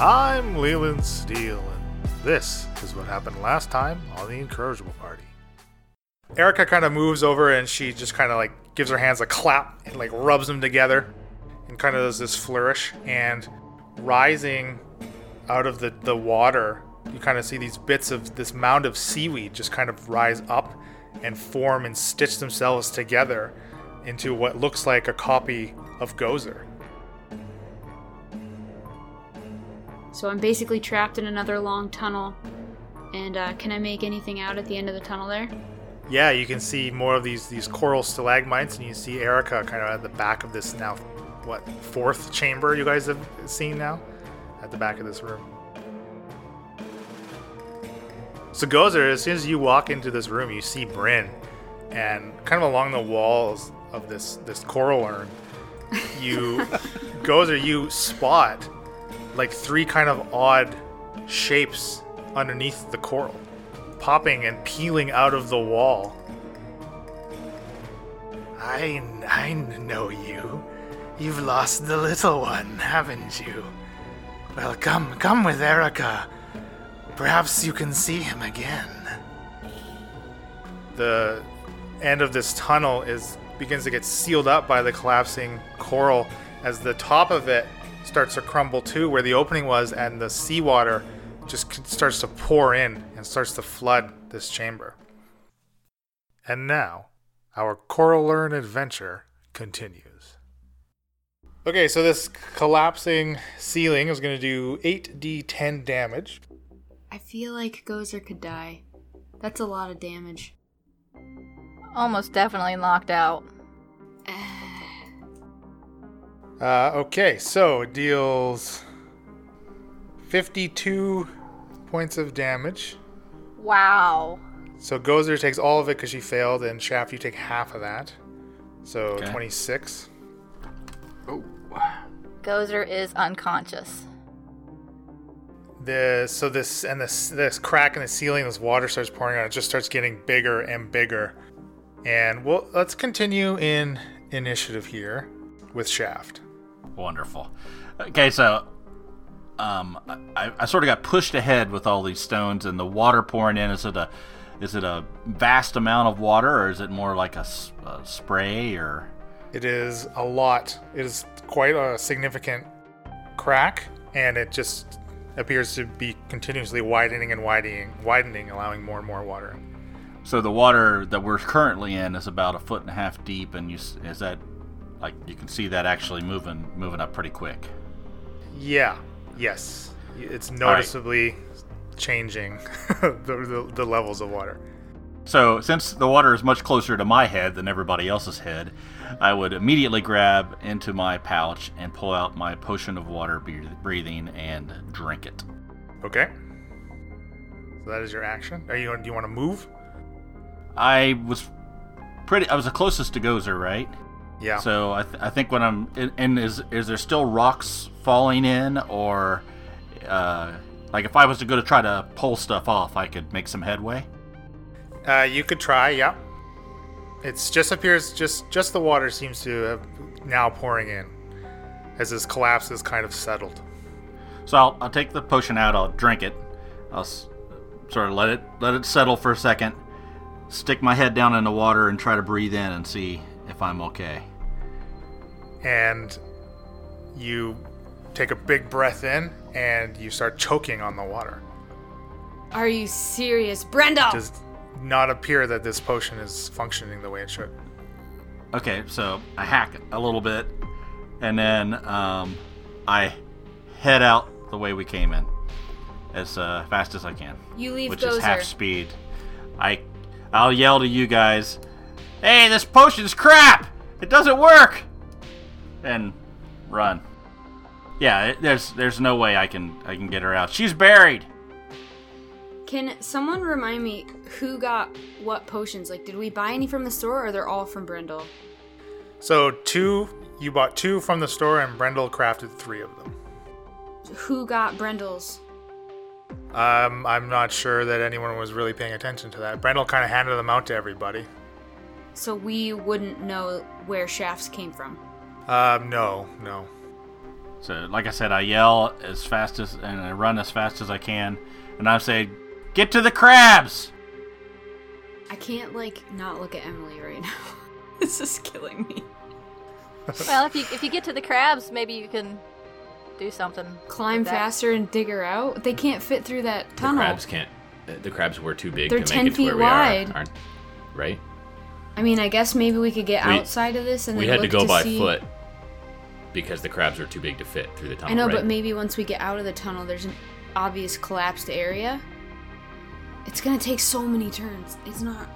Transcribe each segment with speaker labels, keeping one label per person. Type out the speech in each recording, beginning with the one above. Speaker 1: I'm Leland Steele, and this is what happened last time on the Incorrigible Party. Erica kind of moves over and she just kind of like gives her hands a clap and like rubs them together and kind of does this flourish. And rising out of the, the water, you kind of see these bits of this mound of seaweed just kind of rise up and form and stitch themselves together into what looks like a copy of Gozer.
Speaker 2: So I'm basically trapped in another long tunnel. And uh, can I make anything out at the end of the tunnel there?
Speaker 1: Yeah, you can see more of these these coral stalagmites, and you see Erica kind of at the back of this now, what fourth chamber you guys have seen now, at the back of this room. So Gozer, as soon as you walk into this room, you see Bryn, and kind of along the walls of this this coral urn, you Gozer, you spot like three kind of odd shapes underneath the coral, popping and peeling out of the wall. I, I know you. You've lost the little one, haven't you? Well, come, come with Erica. Perhaps you can see him again. The end of this tunnel is begins to get sealed up by the collapsing coral as the top of it starts to crumble too where the opening was and the seawater just c- starts to pour in and starts to flood this chamber. And now, our coral learn adventure continues. Okay, so this collapsing ceiling is going to do 8d10 damage.
Speaker 2: I feel like Gozer could die. That's a lot of damage.
Speaker 3: Almost definitely knocked out.
Speaker 1: Uh, okay, so it deals 52 points of damage.
Speaker 3: Wow.
Speaker 1: So Gozer takes all of it because she failed, and Shaft, you take half of that. So
Speaker 4: Okay.
Speaker 1: 26.
Speaker 4: Oh.
Speaker 3: Gozer is unconscious.
Speaker 1: The so this and this this crack in the ceiling, this water starts pouring out. It just starts getting bigger and bigger. And well, let's continue in initiative here with Shaft.
Speaker 4: Wonderful. Okay, so um, I, I sort of got pushed ahead with all these stones and the water pouring in. Is it a is it a vast amount of water, or is it more like a, s- a spray? Or
Speaker 1: It is a lot. It is quite a significant crack, and it just appears to be continuously widening and widening, widening, allowing more and more water.
Speaker 4: so the water that we're currently in is about a foot and a half deep, and you s- is that like you can see that actually moving moving up pretty quick.
Speaker 1: Yeah. Yes. It's
Speaker 4: right.
Speaker 1: noticeably changing the, the, the levels of water.
Speaker 4: So, since the water is much closer to my head than everybody else's head, I would immediately grab into my pouch and pull out my potion of water be- breathing and drink it.
Speaker 1: Okay. So that is your action. Are you? Do you want to move?
Speaker 4: I was pretty. I was the closest to Gozer, right?
Speaker 1: Yeah.
Speaker 4: So I, th- I think when I'm and- and is is there still rocks falling in or uh, like if I was to go to try to pull stuff off, I could make some headway.
Speaker 1: Uh, you could try. Yeah. It's just appears just just the water seems to have now pouring in as this collapse is kind of settled.
Speaker 4: So I'll, I'll take the potion out. I'll drink it. I'll s- sort of let it let it settle for a second. Stick my head down in the water and try to breathe in and see if I'm okay.
Speaker 1: and you take a big breath in and you start choking on the water.
Speaker 2: Are you serious? Brenda!
Speaker 1: Does not appear that this potion is functioning the way it should.
Speaker 4: Okay, so I hack it a little bit, and then um, I head out the way we came in as uh, fast as I can,
Speaker 2: you leave
Speaker 4: which
Speaker 2: Gozer.
Speaker 4: is half speed. I I'll yell to you guys, "Hey, this potion's crap! It doesn't work!" And run. Yeah, it, there's there's no way I can I can get her out. She's buried.
Speaker 2: Can someone remind me who got what potions? Like, did we buy any from the store or they're all from Brendel?
Speaker 1: So two, you bought two from the store, and Brendel crafted three of them.
Speaker 2: Who got Brendel's?
Speaker 1: Um, I'm not sure that anyone was really paying attention to that. Brendel kind of handed them out to everybody.
Speaker 2: So we wouldn't know where shafts came from.
Speaker 1: Um, no, no.
Speaker 4: So, like I said, I yell as fast as and I run as fast as I can, and I say, "Get to the crabs!"
Speaker 2: I can't like not look at Emily right now. this is killing me.
Speaker 3: Well, if you if you get to the crabs, maybe you can do something.
Speaker 2: Climb
Speaker 3: with that.
Speaker 2: faster and dig her out. They can't fit through that tunnel.
Speaker 5: The crabs can't. The, the crabs were too big
Speaker 2: They're
Speaker 5: to
Speaker 2: 10
Speaker 5: make it to
Speaker 2: feet
Speaker 5: where we
Speaker 2: wide.
Speaker 5: are. Aren't, right?
Speaker 2: I mean, I guess maybe we could get
Speaker 5: We-
Speaker 2: outside of this and
Speaker 5: we
Speaker 2: then
Speaker 5: had to
Speaker 2: look
Speaker 5: go by
Speaker 2: see-
Speaker 5: foot because the crabs are too big to fit through the tunnel.
Speaker 2: I know,
Speaker 5: right?
Speaker 2: but maybe once we get out of the tunnel, there's an obvious collapsed area. It's gonna take so many turns. It's not.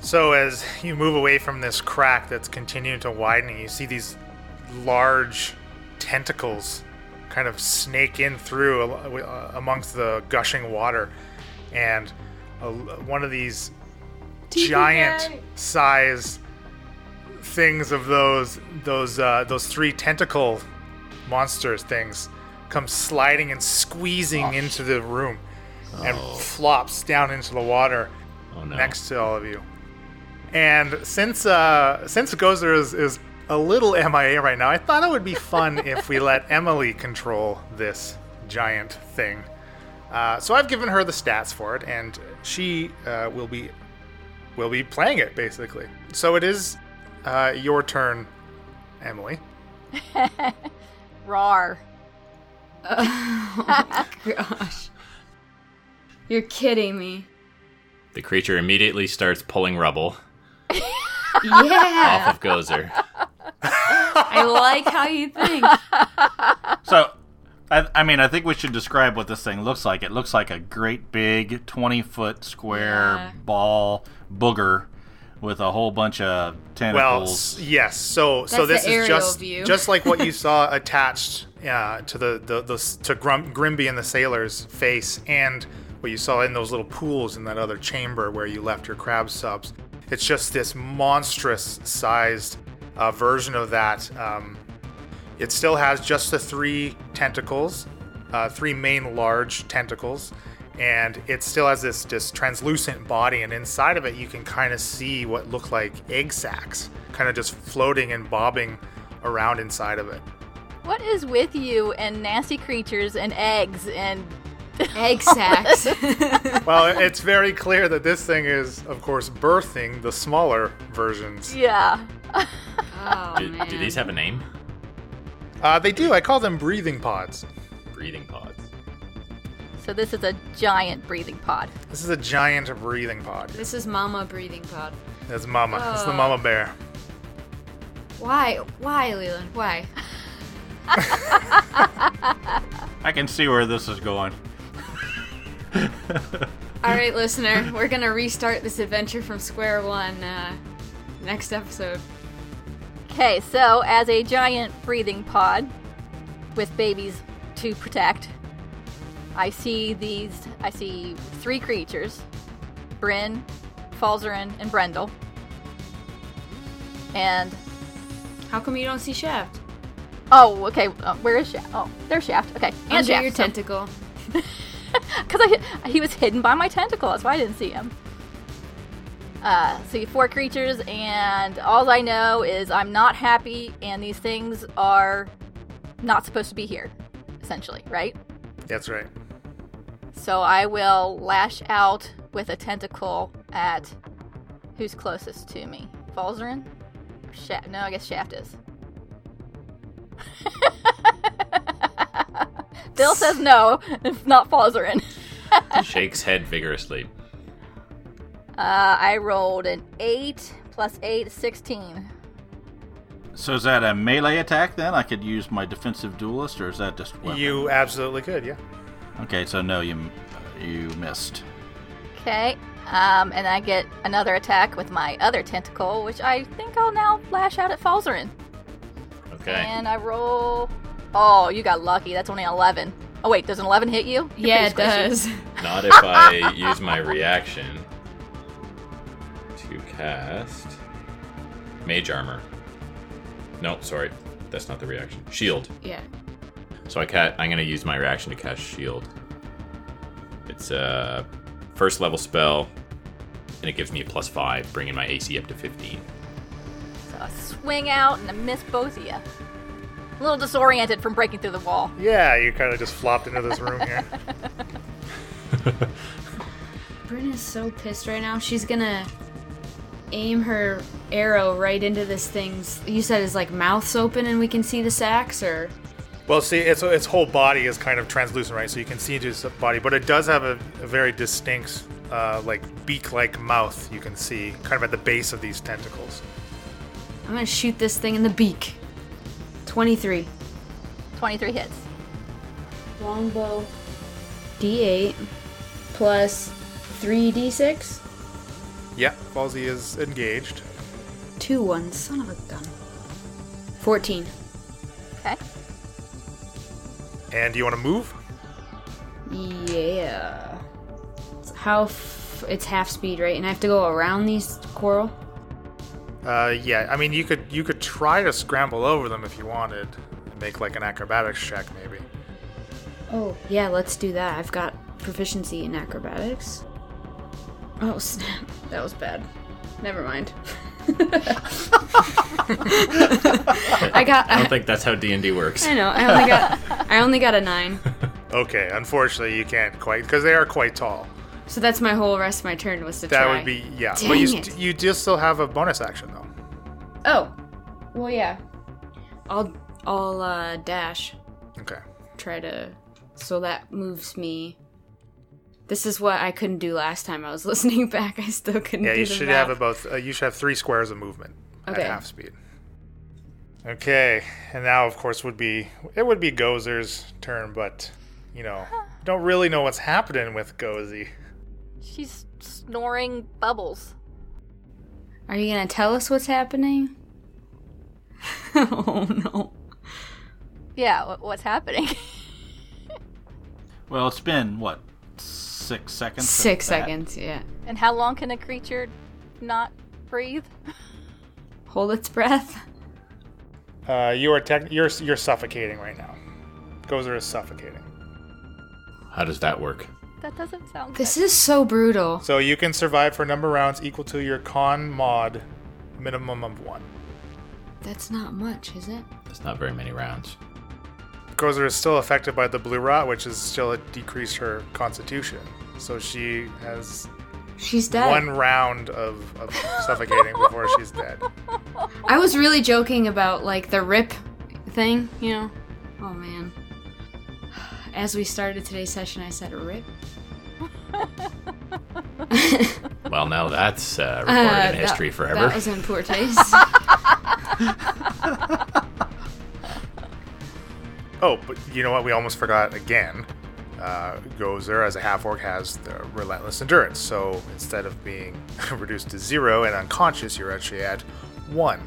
Speaker 1: So as you move away from this crack that's continuing to widen, you see these large tentacles kind of snake in through al- wi- uh, amongst the gushing water, and a, one of these giant-sized things of those those uh, those three tentacle monsters things comes sliding and squeezing into the room and flops down into the water
Speaker 5: oh no.
Speaker 1: next to all of you. And since uh, since Gozer is, is a little MIA right now, I thought it would be fun if we let Emily control this giant thing. Uh, so I've given her the stats for it, and she uh, will be will be playing it basically. So it is uh, your turn, Emily.
Speaker 3: Rar.
Speaker 2: Oh my gosh. You're kidding me.
Speaker 5: The creature immediately starts pulling rubble
Speaker 2: Yeah.
Speaker 5: off of Gozer.
Speaker 2: I like how you think.
Speaker 4: So, I, I mean, I think we should describe what this thing looks like. It looks like a great big 20 foot square
Speaker 2: Yeah.
Speaker 4: ball booger with a whole bunch of
Speaker 1: Well,
Speaker 4: tentacles.
Speaker 1: s- yes. So so this
Speaker 2: That's the
Speaker 1: is
Speaker 2: aerial
Speaker 1: just
Speaker 2: view.
Speaker 1: just like what you saw attached uh, to the the, the s- to Grum, Grimby and the sailor's face, and what you saw in those little pools in that other chamber where you left your crab subs. It's just this monstrous sized uh, version of that. Um, it still has just the three tentacles, uh, three main large tentacles, and it still has this this translucent body. And inside of it, you can kind of see what look like egg sacs, kind of just floating and bobbing around inside of it.
Speaker 3: What is with you and nasty creatures and eggs and
Speaker 2: Egg sacks.
Speaker 1: Well, it's very clear that this thing is, of course, birthing the smaller versions.
Speaker 3: yeah?
Speaker 2: oh,
Speaker 5: do,
Speaker 2: man.
Speaker 5: do these have a name?
Speaker 1: Uh, they do. I call them breathing pods.
Speaker 5: Breathing pods.
Speaker 3: So this is a giant breathing pod.
Speaker 1: This is a giant breathing pod.
Speaker 2: This is Mama breathing pod.
Speaker 1: That's Mama. It's the
Speaker 2: Oh.
Speaker 1: Mama Bear.
Speaker 2: Why? Why, Leland? Why?
Speaker 4: I can see where this is going.
Speaker 2: All right, listener, we're gonna restart this adventure from square one uh, next episode.
Speaker 3: Okay, so as a giant breathing pod with babies to protect, I see these. I see three creatures: Bryn, Falzarin, and Brendel. And
Speaker 2: How come you don't see Shaft?
Speaker 3: oh, okay, uh, where is Shaft? Oh, there's Shaft. Okay, and
Speaker 2: Under
Speaker 3: Shaft.
Speaker 2: your tentacle.
Speaker 3: because he was hidden by my tentacle. That's why I didn't see him. Uh, so you have four creatures, and all I know is I'm not happy, and these things are not supposed to be here, essentially, right?
Speaker 1: That's right.
Speaker 3: So I will lash out with a tentacle at who's closest to me, Falzarin. Shaft? No, I guess Shaft is. Bill says no, if not Falzarin.
Speaker 5: Shakes head vigorously.
Speaker 3: Uh, I rolled an 8 plus 8, 16.
Speaker 4: So, is that a melee attack then? I could use my defensive duelist, or is that just weapon?
Speaker 1: You absolutely could, yeah.
Speaker 4: Okay, so no, you you missed.
Speaker 3: Okay. Um, and I get another attack with my other tentacle, which I think I'll now lash out at Falzarin.
Speaker 5: Okay.
Speaker 3: And I roll. Oh, you got lucky. That's only an 11. Oh, wait, does an 11 hit you? You're
Speaker 2: yeah, it
Speaker 3: pretty squishy.
Speaker 2: does.
Speaker 5: Not if I use my reaction to cast mage armor. No, sorry, that's not the reaction. Shield.
Speaker 2: Yeah.
Speaker 5: So I ca- I'm gonna use my reaction to cast shield. It's a first level spell, and it gives me a plus five, bringing my AC up to 15.
Speaker 3: So a swing out and a miss both of you. A little disoriented from breaking through the wall.
Speaker 1: Yeah, you kind of just flopped into this room here.
Speaker 2: Brynn is so pissed right now. She's gonna aim her arrow right into this thing's. You said his like mouth's open and we can see the sacks, or
Speaker 1: Well, see, its its whole body is kind of translucent, right? So you can see into its body, but it does have a, a very distinct, uh, like beak-like mouth. You can see kind of at the base of these tentacles.
Speaker 2: I'm gonna shoot this thing in the beak. Twenty-three.
Speaker 3: 23 hits.
Speaker 2: Longbow. D8 plus 3d6.
Speaker 1: Yeah, Falsey is engaged.
Speaker 2: Two ones. Son of a gun. 14.
Speaker 3: Okay.
Speaker 1: And do you want to move?
Speaker 2: Yeah. It's how. F- it's half speed, right? And I have to go around these coral?
Speaker 1: Uh, yeah. I mean, you could you could try to scramble over them if you wanted, and make like an acrobatics check maybe.
Speaker 2: Oh, yeah, let's do that. I've got proficiency in acrobatics. Oh, snap. That was bad. Never mind. I got.
Speaker 5: I
Speaker 2: I,
Speaker 5: don't think that's how D and D works.
Speaker 2: I know. I only got. I only got a nine.
Speaker 1: Okay, unfortunately, you can't quite because they are quite tall.
Speaker 2: So that's my whole rest of my turn was to
Speaker 1: That
Speaker 2: try.
Speaker 1: would be yeah.
Speaker 2: Dang
Speaker 1: but you
Speaker 2: it.
Speaker 1: st- you do still have a bonus action though.
Speaker 2: Oh. Well, yeah. I'll I'll uh, dash.
Speaker 1: Okay.
Speaker 2: Try to. So that moves me. This is what I couldn't do last time. I was listening back. I still couldn't.
Speaker 1: Yeah,
Speaker 2: do
Speaker 1: you
Speaker 2: the
Speaker 1: should
Speaker 2: math.
Speaker 1: have about uh, you should have three squares of movement
Speaker 2: Okay.
Speaker 1: at half speed. Okay, and now of course would be it would be Gozer's turn, but you know don't really know what's happening with Gozy.
Speaker 3: She's snoring bubbles.
Speaker 2: Are you gonna tell us what's happening? oh no.
Speaker 3: Yeah, wh- what's happening?
Speaker 4: Well, it's been what six seconds. since
Speaker 2: Six
Speaker 4: that?
Speaker 2: seconds. Yeah.
Speaker 3: and how long can a creature not breathe?
Speaker 2: Hold its breath.
Speaker 1: Uh, you are tech- you're you're suffocating right now. Gozer is suffocating.
Speaker 5: How does that work?
Speaker 3: That doesn't sound
Speaker 2: This
Speaker 3: good.
Speaker 2: is so brutal.
Speaker 1: So you can survive for a number of rounds equal to your con mod minimum of one.
Speaker 2: That's not much, is it?
Speaker 5: That's not very many rounds.
Speaker 1: Gozer is still affected by the blue rot, which is still decreased her constitution. So she has
Speaker 2: She's dead.
Speaker 1: one round of, of suffocating before she's dead.
Speaker 2: I was really joking about like the rip thing, you know. Oh man. As we started today's session, I said rip.
Speaker 5: Well, now that's uh, recorded
Speaker 2: Oh. Uh,
Speaker 5: in history
Speaker 2: that,
Speaker 5: forever.
Speaker 2: That was in poor taste.
Speaker 1: Oh, but you know what? We almost forgot again. Uh, Gozer, as a half orc, has the relentless endurance. So instead of being reduced to zero and unconscious, you're actually at one.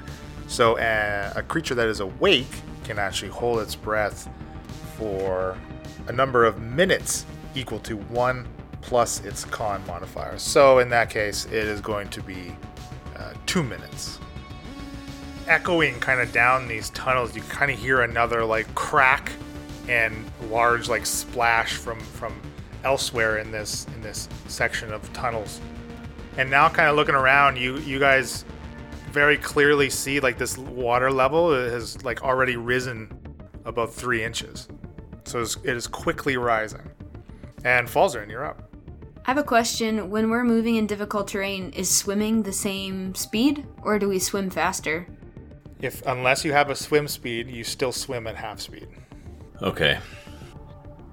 Speaker 1: So uh, a creature that is awake can actually hold its breath for a number of minutes equal to one plus its con modifier. So in that case, it is going to be uh, two minutes. echoing kind of down these tunnels you kind of hear another like crack and large like splash from from elsewhere in this in this section of tunnels and now kind of looking around you you guys very clearly see like this water level has like already risen above three inches so it's, it is quickly rising and falls in you're up
Speaker 2: I have a question. When we're moving in difficult terrain, is swimming the same speed, or do we swim faster?
Speaker 5: Uh,
Speaker 1: if unless you have a swim speed you still swim at half speed
Speaker 5: Okay.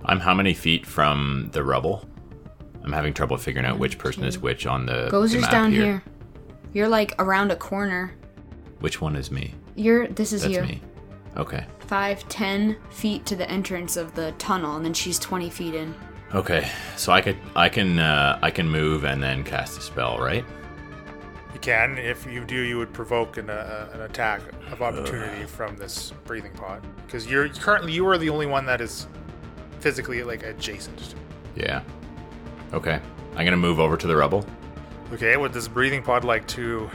Speaker 5: I'm how many feet from the rubble? I'm having trouble figuring out which person is which on the, the
Speaker 2: Gozer's
Speaker 5: map
Speaker 2: down here. You're like around a corner.
Speaker 5: Which one is me?
Speaker 2: You're. This is
Speaker 5: That's
Speaker 2: you.
Speaker 5: me. Okay.
Speaker 2: Five, ten feet to the entrance of the tunnel, and then she's twenty feet in.
Speaker 5: Okay. So I could I can uh, I can move and then cast a spell, right?
Speaker 1: You can. If you do, you would provoke an, uh, an attack of opportunity from this breathing pod because you're currently you are the only one that is physically like adjacent. to it.
Speaker 5: Yeah. Okay. I'm gonna move over to the rubble.
Speaker 1: Okay, would this breathing pod like to?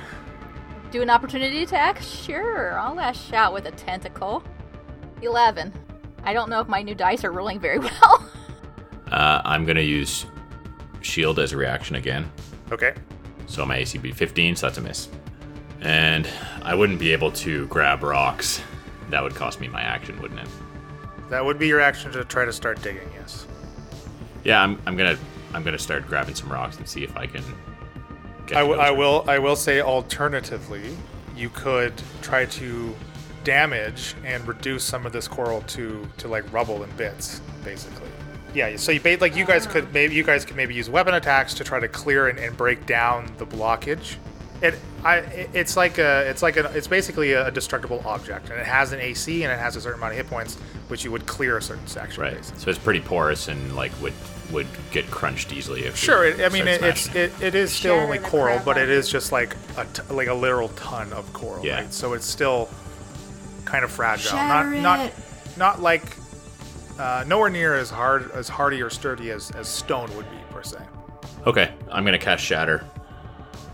Speaker 3: Do an opportunity attack? Sure, I'll lash out with a tentacle. 11. I don't know if my new dice are rolling very well.
Speaker 5: Uh, I'm gonna use shield as a reaction again.
Speaker 1: Okay,
Speaker 5: So my AC be 15, so that's a miss. And I wouldn't be able to grab rocks. That would cost me my action, wouldn't it?
Speaker 1: That would be your action to try to start digging, yes.
Speaker 5: Yeah, I'm, I'm gonna I'm gonna start grabbing some rocks and see if I can. Get
Speaker 1: I,
Speaker 5: to
Speaker 1: w-
Speaker 5: those
Speaker 1: I will. I will say. Alternatively, you could try to damage and reduce some of this coral to to like rubble and bits, basically. Yeah. So you ba- like you guys could maybe you guys could maybe use weapon attacks to try to clear and, and break down the blockage. It I it- it's like a it's like a it's basically a destructible object, and it has an AC and it has a certain amount of hit points, which you would clear a certain section.
Speaker 5: Right.
Speaker 1: basically.
Speaker 5: So it's pretty porous and like would would get crunched easily if.
Speaker 1: Sure,
Speaker 5: we
Speaker 1: it, I mean
Speaker 5: start
Speaker 1: it, it's
Speaker 5: smashing it.
Speaker 1: it, it is still
Speaker 6: Shatter
Speaker 1: only
Speaker 6: the
Speaker 1: coral,
Speaker 6: crap
Speaker 1: but
Speaker 6: out
Speaker 1: it
Speaker 6: of
Speaker 1: is
Speaker 6: it.
Speaker 1: just like a t- like a literal ton of coral,
Speaker 5: Yeah.
Speaker 1: right? So it's still kind of fragile.
Speaker 2: Shatter
Speaker 1: not
Speaker 2: it.
Speaker 1: not not like uh, nowhere near as hard as hardy or sturdy as, as stone would be per se.
Speaker 5: Okay, I'm gonna cast Shatter,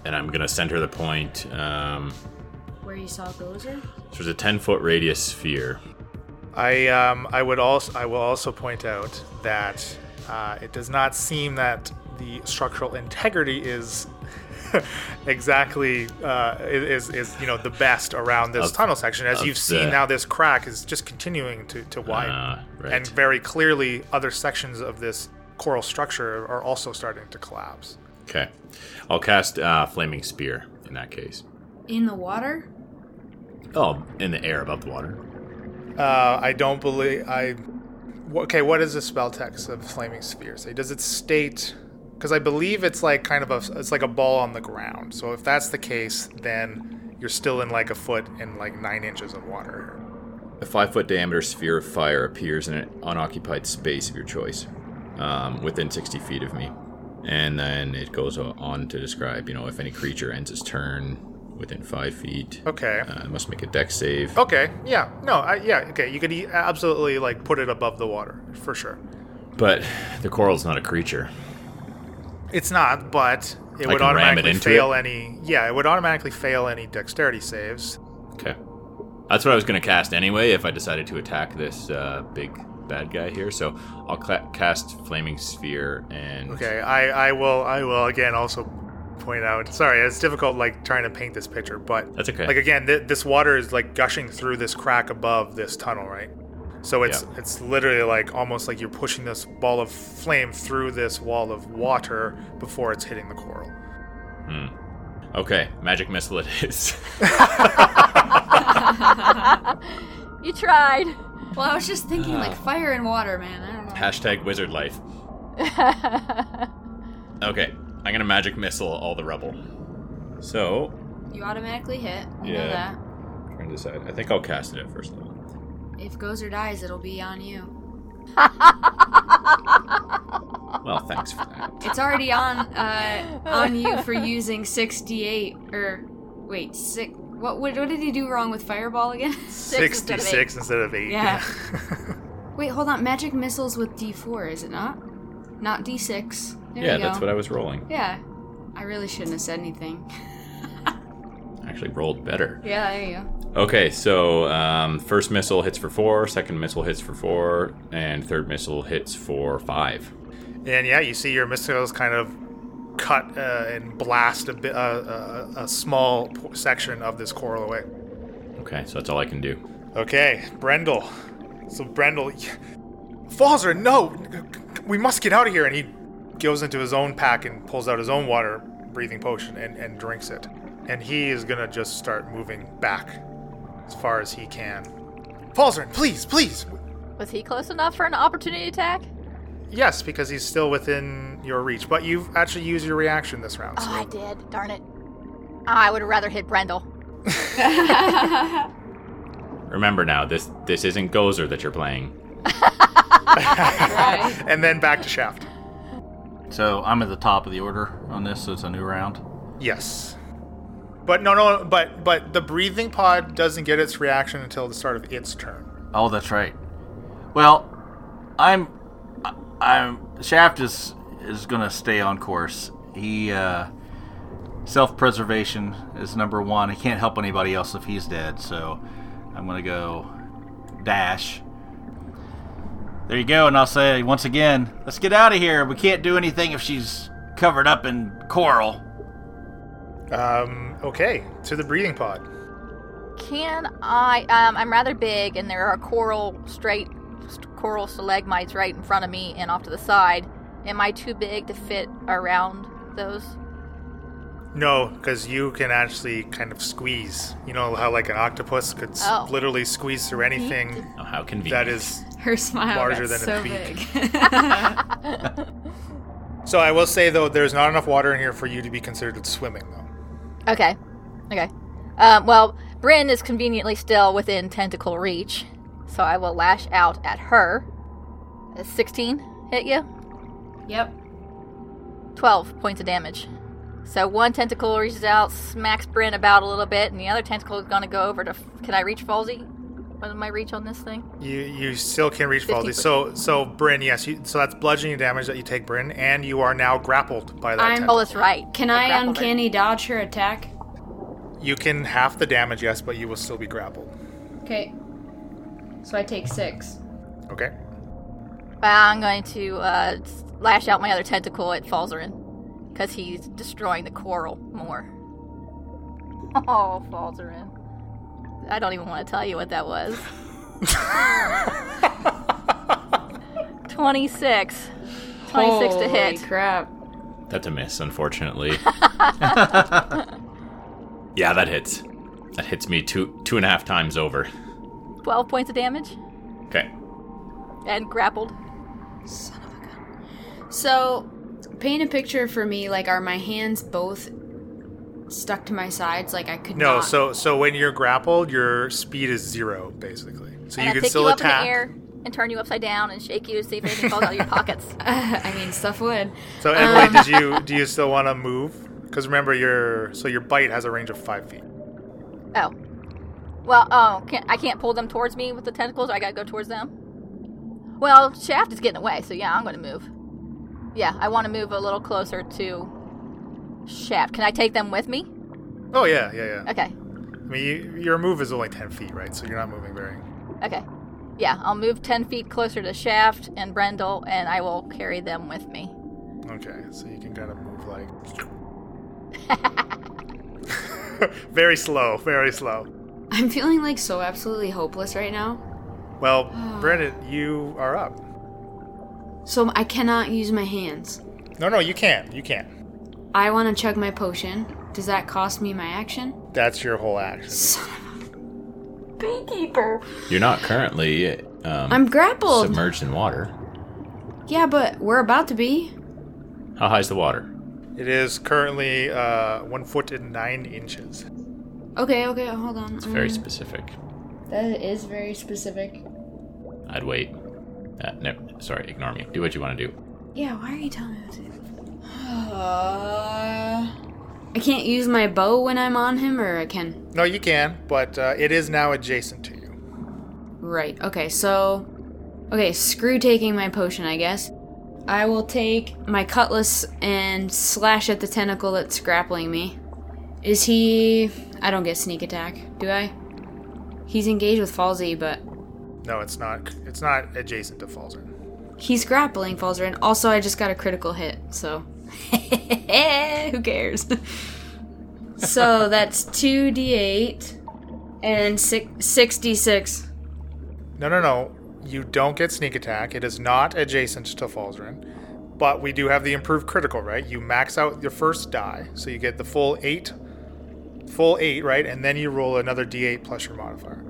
Speaker 5: and I'm gonna center the point. Um,
Speaker 2: Where you saw Gozer?
Speaker 5: so there's a 10 foot radius sphere.
Speaker 1: I um, I would also I will also point out that uh, it does not seem that the structural integrity is exactly uh, is is you know the best around this
Speaker 5: Of-
Speaker 1: tunnel section. As
Speaker 5: of
Speaker 1: you've seen
Speaker 5: the-
Speaker 1: now, this crack is just continuing to to widen,
Speaker 5: Ah, right.
Speaker 1: and very clearly other sections of this coral structure are also starting to collapse.
Speaker 5: Okay, I'll cast uh, Flaming Spear in that case.
Speaker 2: In the water?
Speaker 5: Oh, in the air above the water.
Speaker 1: Uh, I don't believe I. wh- Okay, what is the spell text of flaming sphere say? Does it state? Because I believe it's like kind of a it's like a ball on the ground. So if that's the case, then you're still in like a foot and like nine inches of water.
Speaker 5: A five foot diameter sphere of fire appears in an unoccupied space of your choice, um, within 60 feet of me. And then it goes o- on to describe, you know, if any creature ends its turn within five feet,
Speaker 1: Okay. Oh.
Speaker 5: uh, it must make a deck save.
Speaker 1: Okay. Yeah. No. I, yeah. Okay. You could e- absolutely like put it above the water for sure.
Speaker 5: But the coral's not a creature.
Speaker 1: It's not, but it
Speaker 5: I
Speaker 1: would
Speaker 5: can ram it
Speaker 1: automatically
Speaker 5: into
Speaker 1: fail
Speaker 5: it?
Speaker 1: any. Yeah, it would automatically fail any dexterity saves.
Speaker 5: Okay. That's what I was going to cast anyway if I decided to attack this uh, big bad guy here. So I'll cla cast Flaming Sphere and.
Speaker 1: Okay, I, I will I will again also point out. Sorry, it's difficult like trying to paint this picture, but
Speaker 5: That's okay.
Speaker 1: like again, th- this water is like gushing through this crack above this tunnel, right? So it's
Speaker 5: Yeah.
Speaker 1: it's literally like almost like you're pushing this ball of flame through this wall of water before it's hitting the coral.
Speaker 5: Hmm. okay, Magic Missile it is.
Speaker 3: You tried.
Speaker 2: Well, I was just thinking like
Speaker 5: Ah.
Speaker 2: fire and water, man. I don't know.
Speaker 5: Hashtag Wizard Life. Okay, I'm gonna magic missile all the rubble. So,
Speaker 2: You automatically hit. You know
Speaker 5: Yeah.
Speaker 2: that.
Speaker 5: trying to decide. I think I'll cast it at first level.
Speaker 2: If Gozer dies, it'll be on you.
Speaker 5: Well, thanks for that.
Speaker 2: It's already on uh on you for using 68 or wait, six what what, what did he do wrong with fireball again?
Speaker 3: Six instead of eight.
Speaker 1: 66 instead of 8.
Speaker 2: Yeah. wait, hold on. Magic missiles with D4, is it not? Not D6. There
Speaker 5: yeah,
Speaker 2: you go.
Speaker 5: that's what I was rolling.
Speaker 2: Yeah. I really shouldn't have said anything.
Speaker 5: Actually, rolled better.
Speaker 2: Yeah, there you go.
Speaker 5: Okay, so um, first missile hits for four, second missile hits for four, and third missile hits for five.
Speaker 1: And yeah, you see your missiles kind of cut uh, and blast a, bit, uh, uh, a small p- section of this coral away.
Speaker 5: Okay, so that's all I can do.
Speaker 1: Okay, Brendel. So Brendel, Falzer, no, we must get out of here. And he goes into his own pack and pulls out his own water breathing potion and, and drinks it. And he is gonna just start moving back as far as he can. Falzer, please, please.
Speaker 3: Was he close enough for an opportunity attack?
Speaker 1: Yes, because he's still within your reach. But you've actually used your reaction this round.
Speaker 3: Oh,
Speaker 1: So
Speaker 3: I did. Darn it. Ah, I would have rather hit Brendel.
Speaker 5: Remember now, this this isn't Gozer that you're playing.
Speaker 2: Right.
Speaker 1: and then back to Shaft.
Speaker 4: So I'm at the top of the order on this, so it's a new round.
Speaker 1: Yes. But no, no, but but the breathing pod doesn't get its reaction until the start of its turn.
Speaker 4: Oh, that's right. Well, I'm, I- I'm Shaft is is gonna stay on course. He uh, self-preservation is number one. He can't help anybody else if he's dead. So I'm gonna go dash. There you go, and I'll say once again, let's get out of here. We can't do anything if she's covered up in coral.
Speaker 1: Um, okay, to the breathing pod.
Speaker 3: Can I? Um, I'm rather big, and there are coral straight st- coral stalagmites right in front of me and off to the side. Am I too big to fit around those?
Speaker 1: No, because you can actually kind of squeeze. You know how like an octopus could s-
Speaker 3: Oh.
Speaker 1: literally squeeze through anything
Speaker 5: Oh, how convenient.
Speaker 1: that is.
Speaker 2: Her smile
Speaker 1: Larger than a
Speaker 2: got so
Speaker 1: beak.
Speaker 2: big.
Speaker 1: So I will say though, there's not enough water in here for you to be considered swimming though.
Speaker 3: Okay, okay. Um, well, Bryn is conveniently still within tentacle reach, so I will lash out at her. A 16 hit you?
Speaker 2: yep.
Speaker 3: 12 points of damage. So one tentacle reaches out, smacks Bryn about a little bit, and the other tentacle is going to go over to. Can I reach Falsey? What am I reach on this thing?
Speaker 1: You you still can reach Faldy. So so Bryn, yes. You, so that's bludgeoning damage that you take, Bryn, and you are now grappled by that.
Speaker 2: I'm-
Speaker 1: tentacle.
Speaker 3: Oh, that's right.
Speaker 2: Can
Speaker 3: I
Speaker 2: I
Speaker 3: grappled her.
Speaker 2: uncanny dodge her attack?
Speaker 1: You can half the damage, yes, but you will still be grappled.
Speaker 2: Okay. So I take six.
Speaker 1: Okay.
Speaker 3: I'm going to uh, lash out my other tentacle at Falzarin because he's destroying the coral more. Oh, Falzarin. I don't even want to tell you what that was. 26. 26 to hit.
Speaker 2: crap.
Speaker 5: That's a miss, unfortunately. yeah, that hits. That hits me two two and a half times over.
Speaker 3: 12 points of damage
Speaker 5: Okay.
Speaker 3: and grappled.
Speaker 2: So, paint a picture for me. Like, are my hands both stuck to my sides? Like, I could
Speaker 1: No,
Speaker 2: not.
Speaker 1: so so when you're grappled, your speed is zero basically. So
Speaker 3: and
Speaker 1: you
Speaker 3: I
Speaker 1: can
Speaker 3: pick
Speaker 1: still
Speaker 3: you up in
Speaker 1: attack.
Speaker 3: the air and turn you upside down and shake you to see if anything falls out of your pockets.
Speaker 2: I mean, stuff would.
Speaker 1: So Emily, did you do you still want to move? Because remember, your so your bite has a range of five feet.
Speaker 3: Oh. Well, oh, can't, I can't pull them towards me with the tentacles. I gotta go towards them. Well, Shaft is getting away, so yeah, I'm gonna move. Yeah, I want to move a little closer to Shaft. Can I take them with me?
Speaker 1: Oh yeah, yeah, yeah.
Speaker 3: Okay,
Speaker 1: I mean, you, your move is only ten feet, right? So you're not moving very.
Speaker 3: okay. Yeah, I'll move 10 feet closer to Shaft and Brendel, and I will carry them with me.
Speaker 1: Okay, so you can kind of move like. very slow, very slow.
Speaker 2: I'm feeling like so absolutely hopeless right now.
Speaker 1: Well, Brennan, you are up.
Speaker 2: So I cannot use my hands.
Speaker 1: No, no, you can't. You can't.
Speaker 2: I want to chug my potion. Does that cost me my action?
Speaker 1: That's your whole action.
Speaker 3: Beekeeper!
Speaker 5: You're not currently um,
Speaker 2: I'm grappled.
Speaker 5: submerged in water.
Speaker 2: yeah, but we're about to be.
Speaker 5: How high's the water?
Speaker 1: It is currently uh, one foot and nine inches.
Speaker 2: Okay, okay, hold on. Um,
Speaker 5: It's very specific.
Speaker 2: That is very specific.
Speaker 5: I'd wait. Uh, no, sorry, ignore me. Do what you want to do.
Speaker 2: Yeah, why are you telling me what to do? Uh, I can't use my bow when I'm on him, or I can.
Speaker 1: No, you can, but uh, it is now adjacent to you.
Speaker 2: Right, okay, so. Okay, screw taking my potion, I guess. I will take my cutlass and slash at the tentacle that's grappling me. Is he. I don't get sneak attack, do I? He's engaged with Falsey, but
Speaker 1: No, it's not. It's not adjacent to Falzern.
Speaker 2: He's grappling, Falzarin. Also, I just got a critical hit, so. Who cares? so that's 2d8 and 6, 66.
Speaker 1: No, no, no. You don't get sneak attack. It is not adjacent to Falzarin. But we do have the improved critical, right? You max out your first die, so you get the full eight, full eight, right? And then you roll another d8 plus your modifier.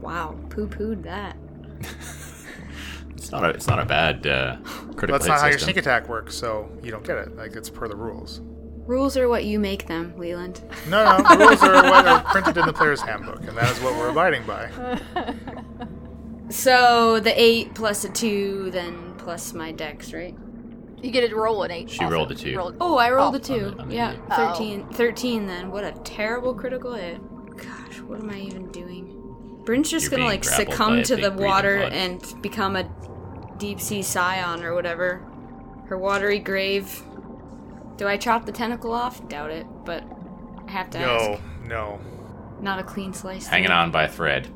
Speaker 2: Wow, poo pooed that.
Speaker 5: It's not a it's not a bad uh, critical
Speaker 1: That's not how
Speaker 5: hit
Speaker 1: your
Speaker 5: system.
Speaker 1: sneak attack works, so you don't get it. Like it's per the rules.
Speaker 2: Rules are what you make them, Leland.
Speaker 1: No, no, the rules are what are printed in the player's handbook, and that is what we're abiding by.
Speaker 2: So the 8 plus a 2, then plus my dex, right?
Speaker 3: You get to roll an 8.
Speaker 5: She
Speaker 3: also.
Speaker 5: rolled a two.
Speaker 3: Rolled-
Speaker 2: Oh, I rolled
Speaker 3: Oh,
Speaker 2: a 2.
Speaker 5: I'm an
Speaker 2: yeah,
Speaker 5: idiot.
Speaker 3: Oh.
Speaker 2: 13. 13 then. What a terrible critical hit. Gosh, what am I even doing? Bryn's just
Speaker 5: You're
Speaker 2: gonna
Speaker 5: being
Speaker 2: like
Speaker 5: grappled by
Speaker 2: succumb
Speaker 5: a
Speaker 2: to
Speaker 5: big
Speaker 2: the
Speaker 5: breathing
Speaker 2: water
Speaker 5: pod.
Speaker 2: and become a deep sea scion or whatever. Her watery grave. Do I chop the tentacle off? Doubt it, but I have to
Speaker 1: No,
Speaker 2: ask.
Speaker 1: no.
Speaker 2: Not a clean slice.
Speaker 5: Hanging
Speaker 2: thing.
Speaker 5: on by a thread.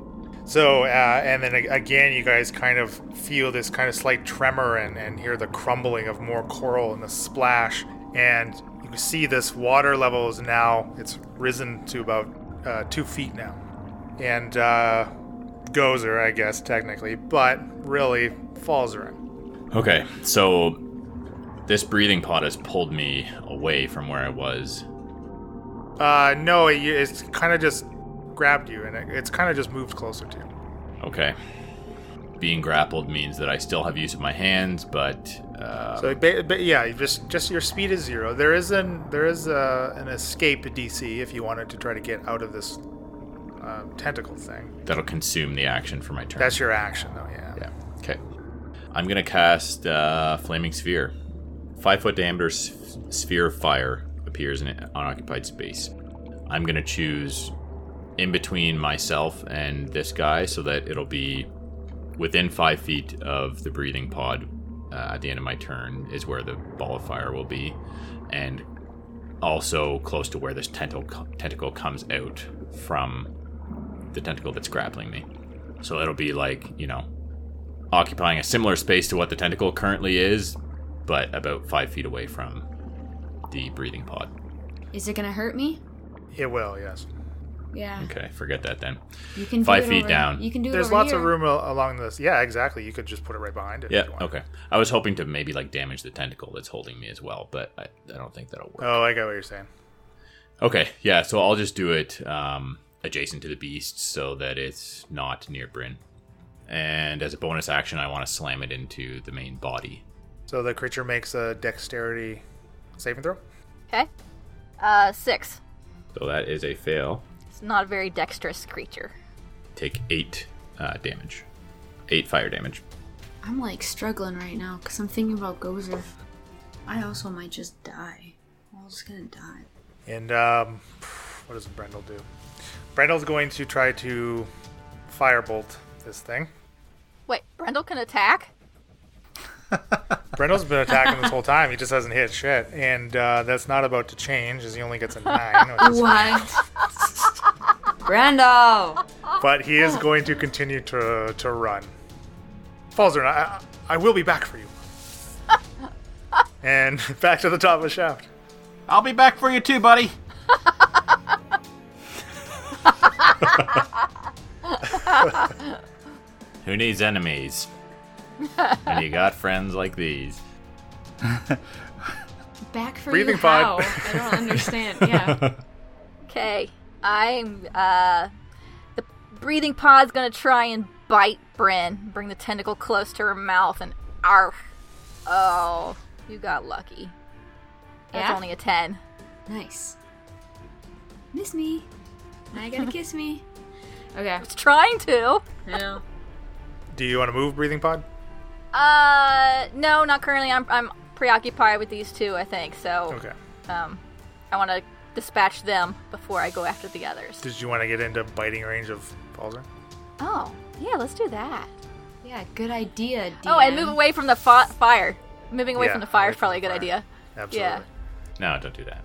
Speaker 1: So, uh, and then a- again, you guys kind of feel this kind of slight tremor and, and hear the crumbling of more coral and the splash. and you can see this water level is now it's risen to about uh, two feet now, and uh, Gozer, I guess technically, but really falls her in.
Speaker 5: Okay, so this breathing pod has pulled me away from where I was.
Speaker 1: Uh, no, it, it's kind of just grabbed you, and it, it's kind of just moved closer to you.
Speaker 5: Okay. Being grappled means that I still have use of my hands, but uh,
Speaker 1: So, ba- ba- yeah, you just just your speed is zero. There is an there is a, an escape DC if you wanted to try to get out of this uh, tentacle thing.
Speaker 5: that'll consume the action for my turn.
Speaker 1: That's your action, though. Yeah.
Speaker 5: Yeah. Okay. I'm gonna cast uh, flaming sphere. Five foot diameter s- sphere of fire appears in an unoccupied space. I'm gonna choose in between myself and this guy so that it'll be within five feet of the breathing pod. Uh, at the end of my turn is where the ball of fire will be, and also close to where this tentacle tentacle comes out from the tentacle that's grappling me. So it'll be like you know occupying a similar space to what the tentacle currently is, but about five feet away from the breathing pod.
Speaker 2: Is it gonna hurt me?
Speaker 1: It will. Yes.
Speaker 2: Yeah.
Speaker 5: Okay, forget that then.
Speaker 2: You can do
Speaker 5: Five
Speaker 2: it
Speaker 5: feet
Speaker 2: over-
Speaker 5: down.
Speaker 2: You can do it
Speaker 1: There's
Speaker 2: over
Speaker 1: lots of
Speaker 2: here.
Speaker 1: room a- along this. Yeah, exactly. You could just put it right behind it. if
Speaker 5: Yeah,
Speaker 1: you want.
Speaker 5: okay. I was hoping to maybe like damage the tentacle that's holding me as well, but I, I don't think that'll work.
Speaker 1: Oh, I get what you're saying.
Speaker 5: Okay, yeah, so I'll just do it um, adjacent to the beast so that it's not near Bryn. And as a bonus action, I want to slam it into the main body.
Speaker 1: So the creature makes a dexterity saving throw.
Speaker 3: Okay. Uh, six.
Speaker 5: So that is a fail.
Speaker 3: It's not a very dexterous creature.
Speaker 5: Take eight uh, damage, eight fire damage.
Speaker 2: I'm like struggling right now because I'm thinking about Gozer. I also might just die. I'm just gonna die.
Speaker 1: And um, what does Brendel do? Brendel's going to try to firebolt this thing.
Speaker 3: Wait, Brendel can attack?
Speaker 1: Brendel's been attacking this whole time. He just hasn't hit shit, and uh, that's not about to change, as he only gets a nine. which is-
Speaker 2: What? Randall!
Speaker 1: but he is going to continue to to run. Falzer, I, I I will be back for you. and back to the top of the shaft.
Speaker 4: I'll be back for you too, buddy.
Speaker 5: Who needs enemies? when you got friends like these.
Speaker 2: Back for
Speaker 1: Breathing
Speaker 2: you
Speaker 1: pod.
Speaker 2: how? I don't understand. Yeah.
Speaker 3: Okay. I'm, uh, the breathing pod's gonna try and bite Bryn. Bring the tentacle close to her mouth and arf. Oh, you got lucky. That's
Speaker 2: Yeah?
Speaker 3: only a 10.
Speaker 2: Nice. Miss me. Now you gotta kiss me. Okay.
Speaker 3: It's trying to.
Speaker 2: No.
Speaker 1: Do you want to move, breathing pod?
Speaker 3: Uh, no, not currently. I'm, I'm preoccupied with these two, I think, so.
Speaker 1: Okay.
Speaker 3: Um, I want to dispatch them before I go after the others.
Speaker 1: Did you want to get into biting range of Falzer?
Speaker 3: Oh, yeah, let's do that.
Speaker 2: Yeah, good idea, DM.
Speaker 3: Oh, and move away from the fi- fire. Moving away
Speaker 1: Yeah,
Speaker 3: from the fire
Speaker 1: away
Speaker 3: is
Speaker 1: from
Speaker 3: probably a
Speaker 1: the
Speaker 3: good
Speaker 1: fire.
Speaker 3: idea.
Speaker 1: Absolutely.
Speaker 3: Yeah.
Speaker 5: No, don't do that.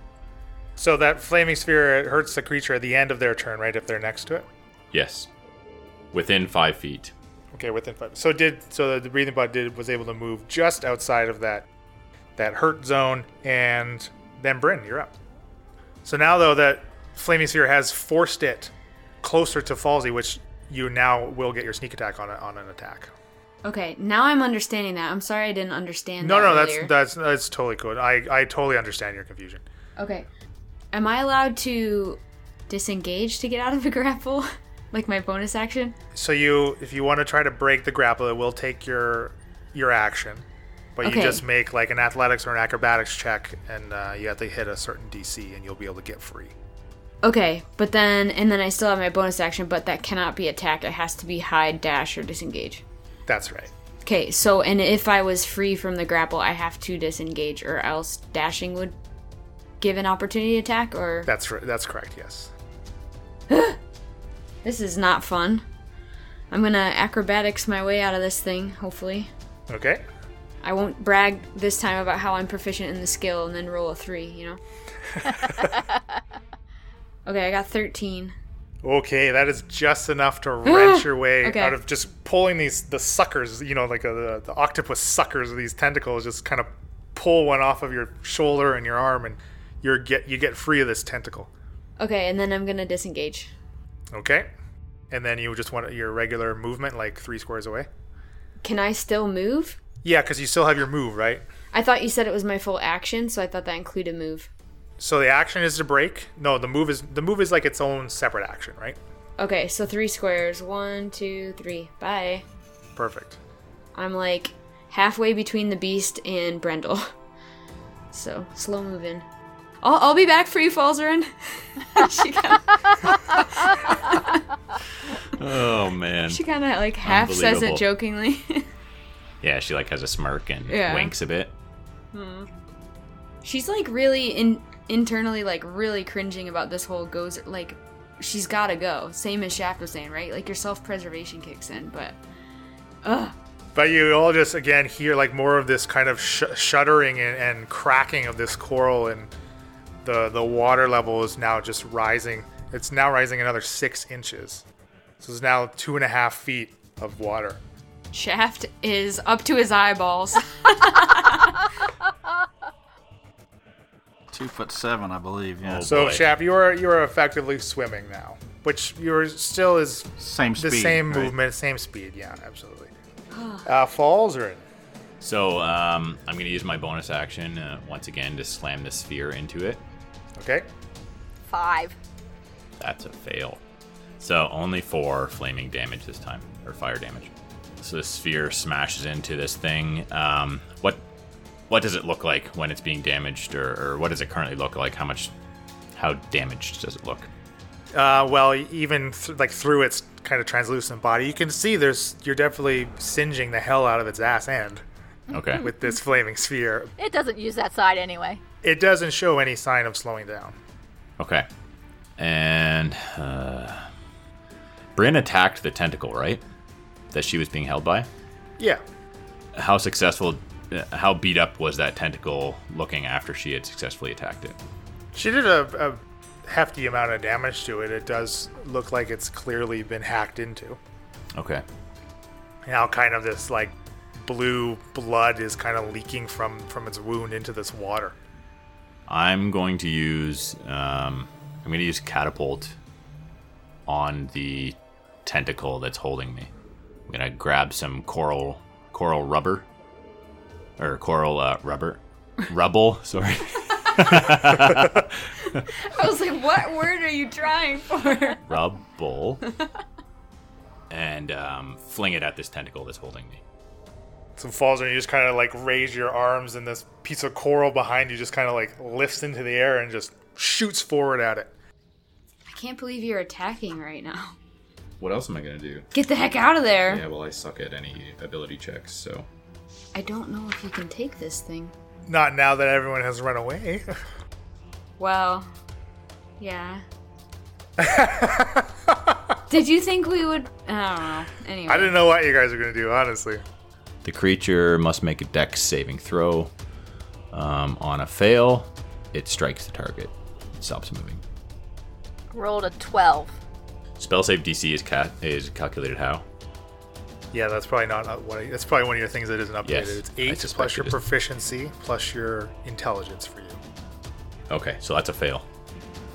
Speaker 1: So that flaming sphere it hurts the creature at the end of their turn, right? If they're next to it.
Speaker 5: Yes. Within five feet.
Speaker 1: Okay, within five. So did so the breathing pod did was able to move just outside of that that hurt zone, and then Bryn, you're up. So now though that flaming sphere has forced it closer to Falsey, which you now will get your sneak attack on a, on an attack.
Speaker 2: Okay, now I'm understanding that. I'm sorry I didn't understand
Speaker 1: No,
Speaker 2: that.
Speaker 1: no, that's
Speaker 2: earlier.
Speaker 1: that's that's totally cool. I I totally understand your confusion.
Speaker 2: Okay. Am I allowed to disengage to get out of the grapple? like my bonus action?
Speaker 1: So you if you want to try to break the grapple, it will take your your action. But
Speaker 2: Okay.
Speaker 1: you just make like an athletics or an acrobatics check, and uh, you have to hit a certain DC, and you'll be able to get free.
Speaker 2: Okay, but then and then I still have my bonus action, but that cannot be attacked. It has to be hide, dash, or disengage.
Speaker 1: That's right.
Speaker 2: Okay, so and if I was free from the grapple, I have to disengage, or else dashing would give an opportunity attack. Or
Speaker 1: That's r- that's correct. Yes.
Speaker 2: this is not fun. I'm gonna acrobatics my way out of this thing. Hopefully,
Speaker 1: Okay.
Speaker 2: I won't brag this time about how I'm proficient in the skill and then roll a three. You know. okay, I got 13.
Speaker 1: Okay, that is just enough to wrench your way
Speaker 2: Okay.
Speaker 1: out of just pulling these the suckers, you know, like uh the, the octopus suckers of these tentacles, just kind of pull one off of your shoulder and your arm, and you're get you get free of this tentacle.
Speaker 2: Okay, and then I'm gonna disengage.
Speaker 1: Okay, and then you just want your regular movement, like three squares away.
Speaker 2: Can I still move?
Speaker 1: Yeah, because you still have your move, right?
Speaker 2: I thought you said it was my full action, so I thought that included move.
Speaker 1: So the action is to break. No, the move is the move is like its own separate action, right?
Speaker 2: Okay, so three squares. One, two, three. Bye.
Speaker 1: Perfect.
Speaker 2: I'm like halfway between the beast and Brendel. So slow moving. I'll, I'll be back for you, Falzarin. she kind
Speaker 5: Oh man.
Speaker 2: she kind of like half says it
Speaker 5: Unbelievable.
Speaker 2: jokingly.
Speaker 5: yeah, she like has a smirk and
Speaker 2: Yeah.
Speaker 5: winks a bit.
Speaker 2: she's like really in internally like really cringing about this whole goes like she's gotta go. Same as Shaft was saying, right? Like your self preservation kicks in, but ugh.
Speaker 1: But you all just again hear like more of this kind of sh- shuddering and, and cracking of this coral, and the the water level is now just rising. It's now rising another six inches, so it's now two and a half feet of water.
Speaker 2: Shaft is up to his eyeballs.
Speaker 4: Two foot seven, I believe. Yeah.
Speaker 5: Oh.
Speaker 1: So
Speaker 5: boy.
Speaker 1: Shaft, you are you are effectively swimming now, which you're still is
Speaker 4: Same
Speaker 1: Oh. the
Speaker 4: speed.
Speaker 1: same
Speaker 4: right?
Speaker 1: movement, same speed. Yeah, absolutely. uh, falls are in.
Speaker 5: So um, I'm gonna use my bonus action uh, once again to slam the sphere into it.
Speaker 1: Okay.
Speaker 3: Five.
Speaker 5: That's a fail. So only four flaming damage this time, or fire damage. So the sphere smashes into this thing. Um, what what does it look like when it's being damaged, or, or what does it currently look like? How much, how damaged does it look?
Speaker 1: Uh, well, even th- like through its kind of translucent body, you can see there's you're definitely singeing the hell out of its ass end
Speaker 5: Okay.
Speaker 1: with this flaming sphere.
Speaker 3: It doesn't use that side anyway.
Speaker 1: It doesn't show any sign of slowing down.
Speaker 5: Okay. And uh, Brynn attacked the tentacle, right? That she was being held by.
Speaker 1: Yeah,
Speaker 5: How successful, uh, how beat up was that tentacle looking after she had successfully attacked it?
Speaker 1: she did a, a hefty amount of damage to it. It does look like it's clearly been hacked into.
Speaker 5: Okay.
Speaker 1: Now, kind of this like blue blood is kind of leaking from from its wound into this water.
Speaker 5: I'm going to use um, I'm going to use catapult on the tentacle that's holding me. I'm going to grab some coral coral rubber or coral uh, rubber rubble. Sorry.
Speaker 2: I was like, what word are you trying for?
Speaker 5: rubble and um, fling it at this tentacle that's holding me.
Speaker 1: Some falls, and you just kind of like raise your arms, and this piece of coral behind you just kind of like lifts into the air and just shoots forward at it.
Speaker 2: I can't believe you're attacking right now.
Speaker 5: What else am I going to do?
Speaker 2: Get the heck out of there.
Speaker 5: well, I suck at any ability checks, so.
Speaker 2: I don't know if you can take this thing.
Speaker 1: Not now that everyone has run away.
Speaker 2: Well, yeah. Did you think we would? I don't know. Anyway,
Speaker 1: I didn't know what you guys were gonna do, honestly.
Speaker 5: The creature must make a dex saving throw. Um, on a fail, it strikes the target. It stops moving.
Speaker 3: Rolled a 12.
Speaker 5: Spell save DC is ca- is calculated how?
Speaker 1: Yeah, that's probably not uh, what. I, that's probably one of your things that isn't updated.
Speaker 5: Yes,
Speaker 1: it's
Speaker 5: I
Speaker 1: eight
Speaker 5: suspect
Speaker 1: plus your
Speaker 5: it is.
Speaker 1: proficiency plus your intelligence for you.
Speaker 5: Okay, so that's a fail.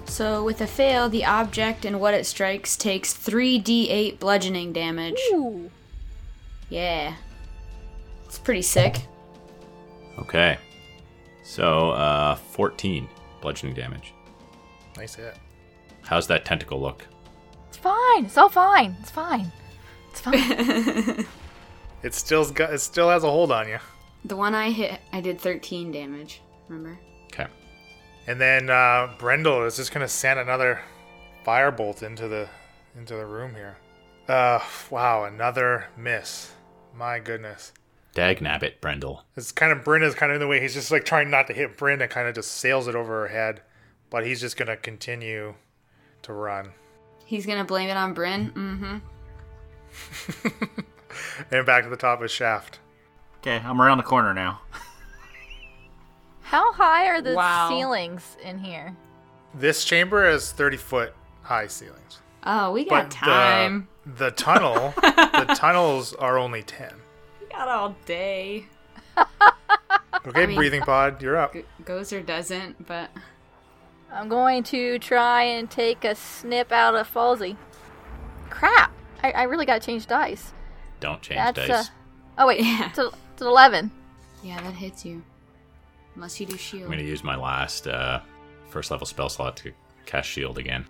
Speaker 2: so with a fail, the object and what it strikes takes 3d8 bludgeoning damage.
Speaker 3: Ooh.
Speaker 2: Yeah. It's pretty sick.
Speaker 5: Okay. So, uh, 14 bludgeoning damage.
Speaker 1: Nice hit.
Speaker 5: How's that tentacle look?
Speaker 3: It's fine. It's all fine. It's fine. It's fine.
Speaker 1: It still's got. It still has a hold on you.
Speaker 2: The one I hit, I did 13 damage. Remember?
Speaker 5: Okay.
Speaker 1: And then uh, Brendel is just gonna send another firebolt into the into the room here. Uh, wow, another miss. My goodness.
Speaker 5: Dag nabbit, Brendel.
Speaker 1: It's kind of Brynn is kind of in the way. He's just like trying not to hit Brynn and kind of just sails it over her head, but he's just gonna continue to run.
Speaker 2: He's gonna blame it on Bryn. Mm hmm.
Speaker 1: And back to the top of shaft.
Speaker 4: Okay, I'm around the corner now.
Speaker 3: How high are the
Speaker 2: Wow.
Speaker 3: ceilings in here?
Speaker 1: This chamber has 30 foot high ceilings.
Speaker 2: Oh, we got
Speaker 1: the-
Speaker 2: time.
Speaker 1: The, tunnel, the tunnels are only 10.
Speaker 2: We got all day.
Speaker 1: Okay,
Speaker 2: mean-
Speaker 1: breathing pod, you're up.
Speaker 2: G- goes or doesn't, but
Speaker 3: I'm going to try and take a snip out of Falsey. Crap! I, I really gotta change dice.
Speaker 5: Don't change
Speaker 3: That's
Speaker 5: dice.
Speaker 3: uh oh wait,
Speaker 2: Yeah.
Speaker 3: it's, a, it's an eleven.
Speaker 2: yeah, that hits you. Unless you do shield.
Speaker 5: I'm gonna use my last uh, first level spell slot to cast shield again.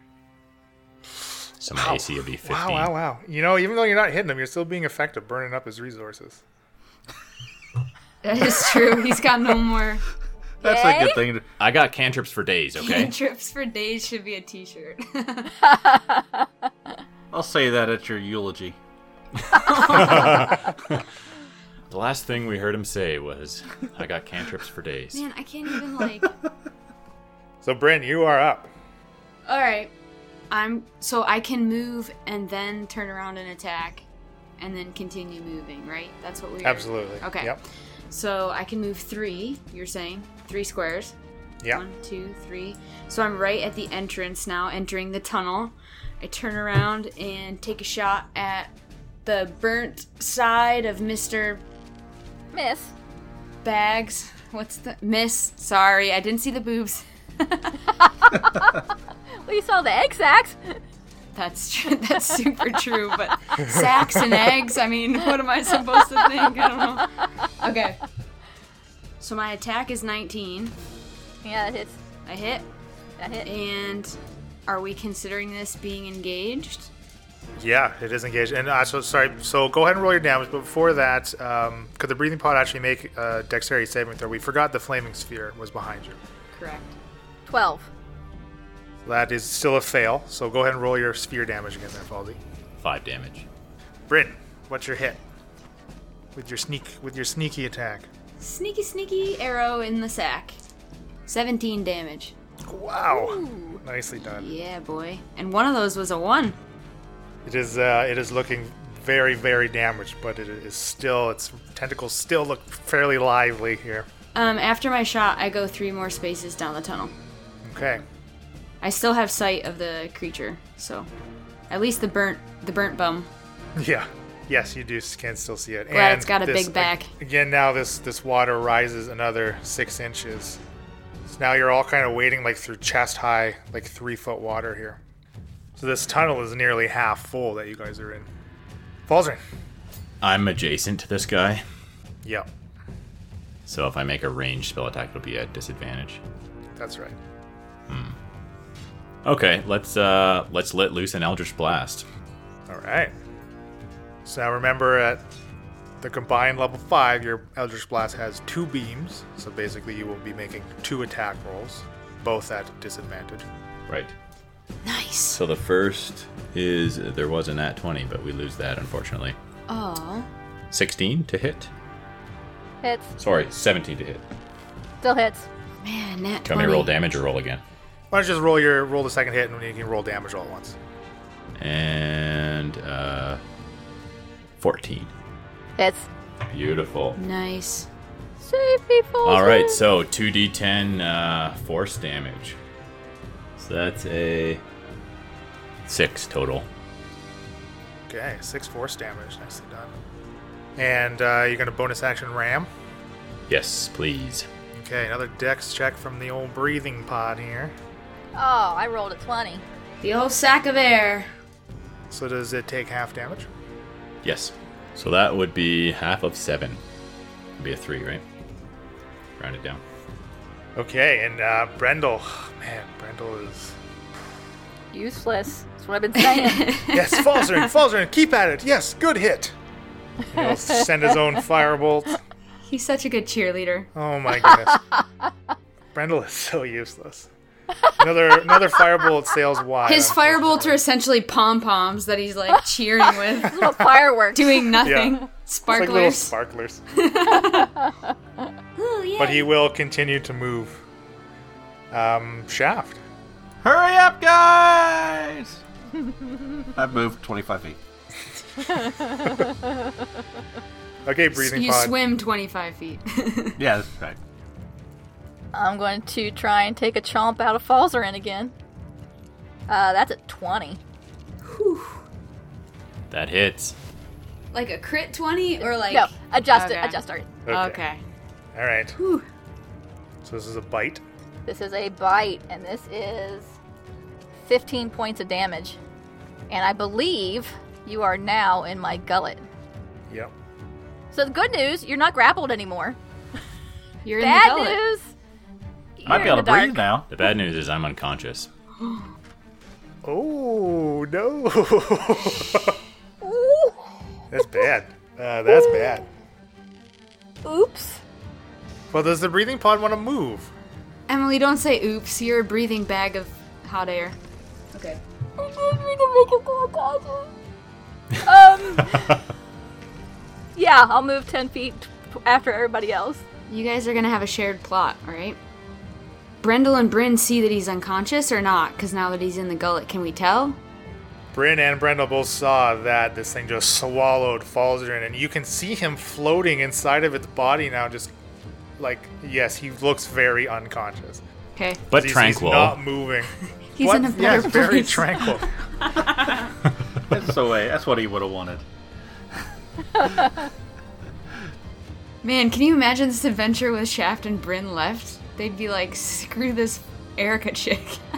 Speaker 5: So my AC will be 15.
Speaker 1: Wow, wow, wow. You know, even though you're not hitting him, you're still being effective, burning up his resources.
Speaker 2: That is true. He's got no more
Speaker 4: That's
Speaker 3: Yay.
Speaker 4: a good thing. To,
Speaker 5: I got cantrips for days. Okay.
Speaker 2: trips for days. Should be a T-shirt.
Speaker 4: I'll say that at your eulogy.
Speaker 5: the last thing we heard him say was, "I got cantrips for days."
Speaker 2: Man, I can't even like.
Speaker 1: So, Bryn, you are up.
Speaker 2: All right, I'm so I can move and then turn around and attack, and then continue moving. Right? That's what we. are-
Speaker 1: Absolutely.
Speaker 2: Okay.
Speaker 1: Yep.
Speaker 2: So I can move three. You're saying three squares.
Speaker 1: Yeah.
Speaker 2: One, two, three. So I'm right at the entrance now, entering the tunnel. I turn around and take a shot at the burnt side of Mr.
Speaker 3: Miss.
Speaker 2: Bags. What's the miss? Sorry, I didn't see the boobs.
Speaker 3: We saw the egg sacks.
Speaker 2: That's true. That's super true. But sacks and eggs. I mean, what am I supposed to think? I don't know. Okay. So my attack is 19.
Speaker 3: Yeah, that hits.
Speaker 2: I hit.
Speaker 3: That hit.
Speaker 2: And are we considering this being engaged?
Speaker 1: Yeah, it is engaged. And uh, so, sorry. So, go ahead and roll your damage. But before that, um, could the breathing pod actually make a dexterity saving throw? We forgot the flaming sphere was behind you.
Speaker 2: Correct.
Speaker 3: Twelve.
Speaker 1: That is still a fail. So, go ahead and roll your sphere damage again, then, Faldy.
Speaker 5: Five damage.
Speaker 1: Bryn, what's your hit with your sneak with your sneaky attack?
Speaker 2: Sneaky, sneaky arrow in the sack. 17 damage.
Speaker 1: Wow, nicely done.
Speaker 2: Yeah, boy. And one of those was a 1.
Speaker 1: It is uh, it is looking very very damaged, but it is still its tentacles still look fairly lively here.
Speaker 2: Um, after my shot, I go three more spaces down the tunnel.
Speaker 1: Okay,
Speaker 2: I still have sight of the creature, so at least the burnt the burnt bum.
Speaker 1: yeah, yes, you do s- can still see it.
Speaker 2: Glad it's got a
Speaker 1: this-
Speaker 2: big back.
Speaker 1: Again, now this this water rises another six inches. So now you're all kind of wading like through chest high, like three foot water here. So this tunnel is nearly half full that you guys are in. Falzern.
Speaker 5: I'm adjacent to this guy,
Speaker 1: Yep,
Speaker 5: so if I make a ranged spell attack, it'll be at disadvantage.
Speaker 1: that's right.
Speaker 5: Okay, let's uh let's let loose an Eldritch Blast.
Speaker 1: All right. So now remember at the combined level five, your Eldritch Blast has two beams. So basically, you will be making two attack rolls, both at disadvantage.
Speaker 5: Right.
Speaker 2: Nice.
Speaker 5: So the first is there was an at 20, but we lose that unfortunately.
Speaker 2: Oh.
Speaker 5: 16 to hit.
Speaker 3: Hits.
Speaker 5: Sorry, 17 to hit.
Speaker 3: Still hits.
Speaker 2: Man, nat
Speaker 5: Can
Speaker 2: 20.
Speaker 5: we roll damage or roll again?
Speaker 1: Why don't you just roll your roll the second hit, and you can roll damage all at once.
Speaker 5: And uh 14.
Speaker 3: Hits.
Speaker 5: Beautiful.
Speaker 2: Nice.
Speaker 3: Save me, Falsey.
Speaker 5: All right, so 2d10 uh, force damage. So that's a 6 total.
Speaker 1: Okay, six force damage. Nicely done. And uh, you're going to bonus action ram.
Speaker 5: Yes, please.
Speaker 1: Okay, another dex check from the old breathing pod here.
Speaker 3: Oh, I rolled a twenty.
Speaker 2: The old sack of air.
Speaker 1: So does it take half damage?
Speaker 5: Yes. So that would be half of 7. Would be a 3, right? Round it down.
Speaker 1: Okay, and uh, Brendel. Man, Brendel is.
Speaker 3: Useless. That's what I've been saying.
Speaker 1: Yes, Falzern, Falzern, keep at it. Yes, good hit. And He'll send his own firebolt.
Speaker 2: He's such a good cheerleader.
Speaker 1: Oh my goodness. Brendel is so useless. Another another firebolt sails wide.
Speaker 2: His firebolts are essentially pom poms that he's like cheering with,
Speaker 3: Little fireworks.
Speaker 2: doing nothing.
Speaker 1: Yeah. It's like little
Speaker 2: Sparklers.
Speaker 1: sparklers.
Speaker 2: Ooh, yeah.
Speaker 1: But he will continue to move. Um, shaft.
Speaker 4: Hurry up, guys! I've moved 25 feet.
Speaker 1: Okay, breathing
Speaker 2: you
Speaker 1: pod.
Speaker 2: swim 25 feet.
Speaker 4: Yeah, that's right.
Speaker 3: I'm going to try and take a chomp out of Falzarin again. Uh, that's a 20.
Speaker 5: That hits.
Speaker 2: like a crit 20 or like.
Speaker 3: no, adjust it.
Speaker 2: Okay.
Speaker 3: Adjust it.
Speaker 2: Okay.
Speaker 1: All right.
Speaker 2: Whew.
Speaker 1: So this is a bite.
Speaker 3: This is a bite, and this is 15 points of damage. And I believe you are now in my gullet.
Speaker 1: Yep.
Speaker 3: So the good news, you're not grappled anymore.
Speaker 2: You're in the
Speaker 3: Bad
Speaker 2: gullet.
Speaker 3: news,
Speaker 4: Might be
Speaker 3: you're
Speaker 4: able to
Speaker 3: in the
Speaker 4: breathe
Speaker 3: dark.
Speaker 4: now.
Speaker 5: The bad news is I'm unconscious.
Speaker 1: Oh no.
Speaker 3: Ooh,
Speaker 1: that's bad. Uh, that's bad.
Speaker 3: oops.
Speaker 1: Well, does the breathing pod want to move?
Speaker 2: Emily, don't say oops. You're a breathing bag of hot air. Okay.
Speaker 3: I didn't mean to make it go conscious. Um. yeah, I'll move 10 feet after everybody else.
Speaker 2: You guys are gonna have a shared plot, right? Brendel and Bryn see that he's unconscious or not, because now that he's in the gullet, can we tell?
Speaker 1: Bryn and Brendel both saw that this thing just swallowed Falzarin, and you can see him floating inside of its body now. Just like yes, he looks very unconscious,
Speaker 2: Okay.
Speaker 5: But
Speaker 1: He's-
Speaker 5: tranquil.
Speaker 1: He's not moving.
Speaker 2: He's
Speaker 1: What?
Speaker 2: in a better
Speaker 1: yes,
Speaker 2: place.
Speaker 1: very tranquil.
Speaker 4: That's the way. That's what he would have wanted.
Speaker 2: Man, can you imagine this adventure with Shaft and Bryn left? They'd be like, screw this Erica chick.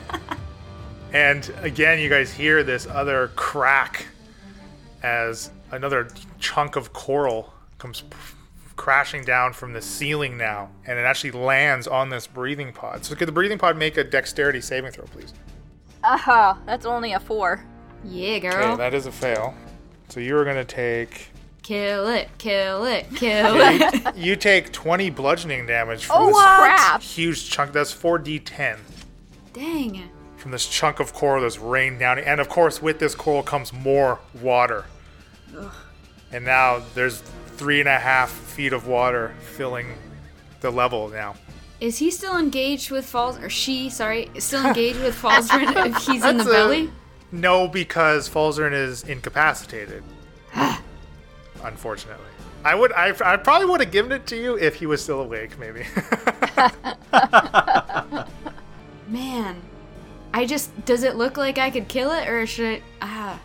Speaker 1: And again, you guys hear this other crack as another chunk of coral comes p- crashing down from the ceiling now, and it actually lands on this breathing pod. So, could the breathing pod make a dexterity saving throw, please?
Speaker 3: Aha, that's only a four.
Speaker 2: yeah, girl.
Speaker 1: Okay, that is a fail. So, you are going to take.
Speaker 2: Kill it, kill it, kill it.
Speaker 1: You take 20 bludgeoning damage from
Speaker 3: Oh,
Speaker 1: this
Speaker 3: crap!
Speaker 1: huge chunk. That's 4d10
Speaker 2: Dang.
Speaker 1: from this chunk of coral that's rained down. And of course, with this coral comes more water. And now there's three and a half feet of water filling the level now.
Speaker 2: Is he still engaged with Falls or she, sorry, is still engaged with Falsrin if he's in the
Speaker 1: That's a-
Speaker 2: belly?
Speaker 1: No, because Falzern is incapacitated. Unfortunately. I would I, I probably would have given it to you if he was still awake, maybe.
Speaker 2: Man. I just does it look like I could kill it or should I ah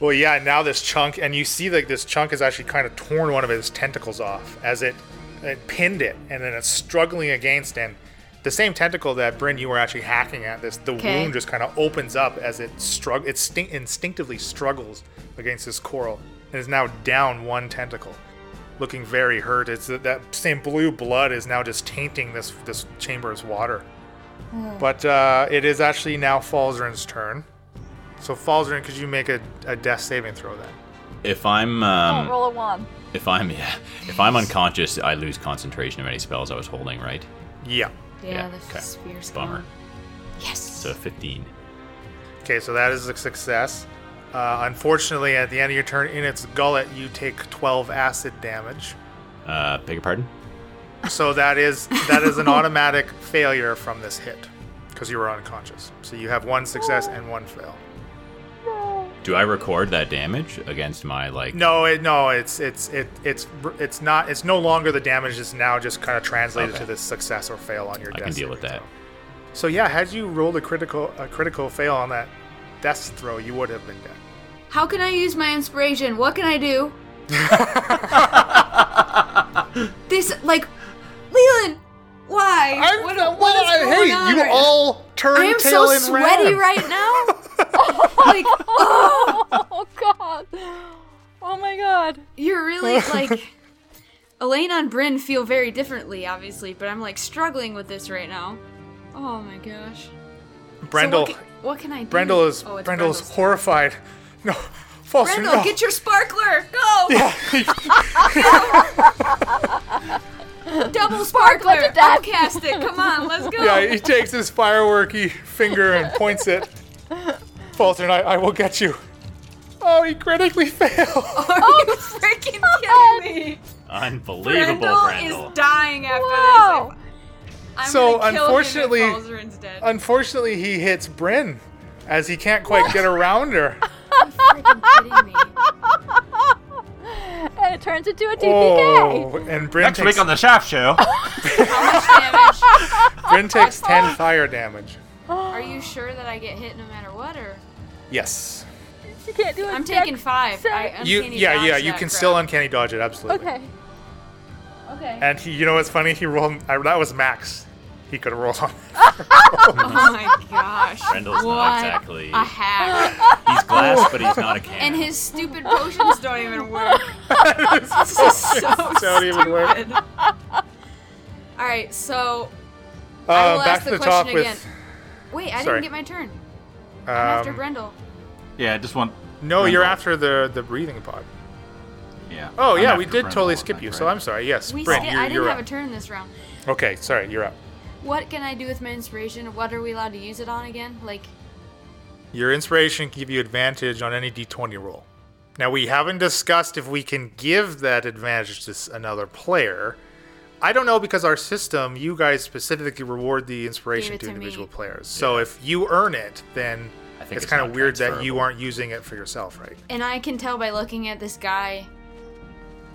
Speaker 1: Well, yeah, now this chunk, and you see like this chunk is actually kind of torn one of his tentacles off as it, it pinned it, and then it's struggling against and the same tentacle that Bryn you were actually hacking at. This the
Speaker 2: Okay.
Speaker 1: wound just kind of opens up as it strugg it stin- instinctively struggles against this coral and is now down one tentacle, looking very hurt. It's that, that same blue blood is now just tainting this this chamber's water. But uh, it is actually now Falzarin's turn. So Falzarin, could you make a, a death saving throw then?
Speaker 5: If I'm
Speaker 3: Don't
Speaker 5: um,
Speaker 3: roll a one.
Speaker 5: if I'm yeah, if I'm unconscious, I lose concentration of any spells I was holding, right?
Speaker 1: Yeah.
Speaker 2: Yeah,
Speaker 5: Yeah,
Speaker 2: the
Speaker 5: okay.
Speaker 2: spear's
Speaker 5: Bummer.
Speaker 2: gone. Yes.
Speaker 5: So 15.
Speaker 1: Okay, so that is a success. Uh, unfortunately, at the end of your turn, in its gullet, you take 12 acid damage.
Speaker 5: Uh, beg your pardon?
Speaker 1: So that is that is an automatic failure from this hit because you were unconscious. So you have one success and one fail.
Speaker 5: Do I record that damage against my like?
Speaker 1: No, it, no, it's it's it it's it's not it's no longer the damage. It's now just kind of translated
Speaker 5: Okay.
Speaker 1: to this success or fail on your.
Speaker 5: I
Speaker 1: death
Speaker 5: can deal with
Speaker 1: saving
Speaker 5: that.
Speaker 1: throw. So yeah, had you rolled a critical a critical fail on that death throw, you would have been dead.
Speaker 2: How can I use my inspiration? What can I do? this like Leland, why?
Speaker 1: I'm
Speaker 2: What-
Speaker 1: not-
Speaker 2: what is
Speaker 1: well,
Speaker 2: going
Speaker 1: hey,
Speaker 2: on
Speaker 1: you
Speaker 2: right now?
Speaker 1: all turn
Speaker 2: I am
Speaker 1: tail
Speaker 2: so
Speaker 1: and
Speaker 2: sweaty
Speaker 1: ran.
Speaker 2: right now. like, oh,
Speaker 3: Oh god. Oh my god.
Speaker 2: you're really like. Elena and Bryn feel very differently, obviously, but I'm like struggling with this right now. Oh my gosh.
Speaker 1: Brendel,
Speaker 2: So what, can, what can I do?
Speaker 1: Brendel is
Speaker 2: Oh,
Speaker 1: Brendel's
Speaker 2: it's Brendel's.
Speaker 1: horrified. No, false.
Speaker 2: Brendel,
Speaker 1: no.
Speaker 2: get your sparkler! Go! Double sparkler!
Speaker 3: death.
Speaker 2: Outcast it! Come on, let's go!
Speaker 1: yeah, he takes his fireworky finger and points it. Falter, I, I will get you. Oh, he critically failed.
Speaker 2: Are Oh, you freaking kidding me?
Speaker 5: Unbelievable,
Speaker 2: Brendel
Speaker 5: Brendel.
Speaker 2: is dying after
Speaker 3: Wow.
Speaker 2: this. I'm
Speaker 1: So,
Speaker 2: gonna kill him if
Speaker 1: unfortunately-
Speaker 2: Falzarin's dead.
Speaker 1: Unfortunately, he hits Bryn as he can't quite get around her.
Speaker 3: And it turns into a DPK.
Speaker 1: Oh, and Bryn
Speaker 4: Next
Speaker 1: takes,
Speaker 4: week on the Shaft Show.
Speaker 2: How much damage?
Speaker 1: Bryn takes 10 fire damage.
Speaker 2: Are you sure that I get hit no matter what, or
Speaker 1: Yes.
Speaker 3: You can't do it.
Speaker 2: I'm taking five? I
Speaker 1: You,
Speaker 2: uncanny
Speaker 1: yeah,
Speaker 2: dodge
Speaker 1: yeah, you
Speaker 2: that
Speaker 1: can
Speaker 2: crap.
Speaker 1: still uncanny dodge it, absolutely.
Speaker 3: Okay. Okay.
Speaker 1: And he, you know what's funny? He rolled. I, that was max. He could have rolled on.
Speaker 2: Oh my gosh.
Speaker 6: Rendell's
Speaker 2: What
Speaker 6: not exactly.
Speaker 2: A hack.
Speaker 6: He's glass, but he's not a can.
Speaker 2: And his stupid potions don't even work. this is so
Speaker 1: Don't even work.
Speaker 2: Oh, stupid. All right, so
Speaker 1: Uh,
Speaker 2: I will
Speaker 1: back
Speaker 2: ask
Speaker 1: to
Speaker 2: the
Speaker 1: the talk
Speaker 2: question again.
Speaker 1: with.
Speaker 2: wait, I
Speaker 1: Sorry.
Speaker 2: didn't get my turn. I'm after
Speaker 1: Um,
Speaker 2: Brendel.
Speaker 4: Yeah, I just want.
Speaker 1: no, you're
Speaker 4: Brendel.
Speaker 1: after the the breathing pod.
Speaker 4: Yeah.
Speaker 1: Oh
Speaker 4: I'm
Speaker 1: yeah, we
Speaker 4: after
Speaker 1: did
Speaker 4: Brendel
Speaker 1: totally
Speaker 4: on
Speaker 1: skip
Speaker 4: that,
Speaker 1: you.
Speaker 4: right?
Speaker 1: So I'm sorry. Yes,
Speaker 2: We
Speaker 1: Brent,
Speaker 2: sti-
Speaker 1: you're,
Speaker 2: I didn't
Speaker 1: you're
Speaker 2: have a
Speaker 1: up.
Speaker 2: turn this round.
Speaker 1: okay, sorry, you're up.
Speaker 2: What can I do with my inspiration? What are we allowed to use it on again? Like,
Speaker 1: Your inspiration can give you advantage on any d20 roll. Now, we haven't discussed if we can give that advantage to s- another player. I don't know because our system, you guys specifically reward the inspiration
Speaker 2: Gave it
Speaker 1: to,
Speaker 2: to
Speaker 1: individual
Speaker 2: me.
Speaker 1: players. So if you earn it, then
Speaker 6: I think
Speaker 1: it's,
Speaker 6: it's
Speaker 1: kind of
Speaker 6: not
Speaker 1: weird that you
Speaker 6: transferable.
Speaker 1: aren't using it for yourself, right?
Speaker 2: and I can tell by looking at this guy,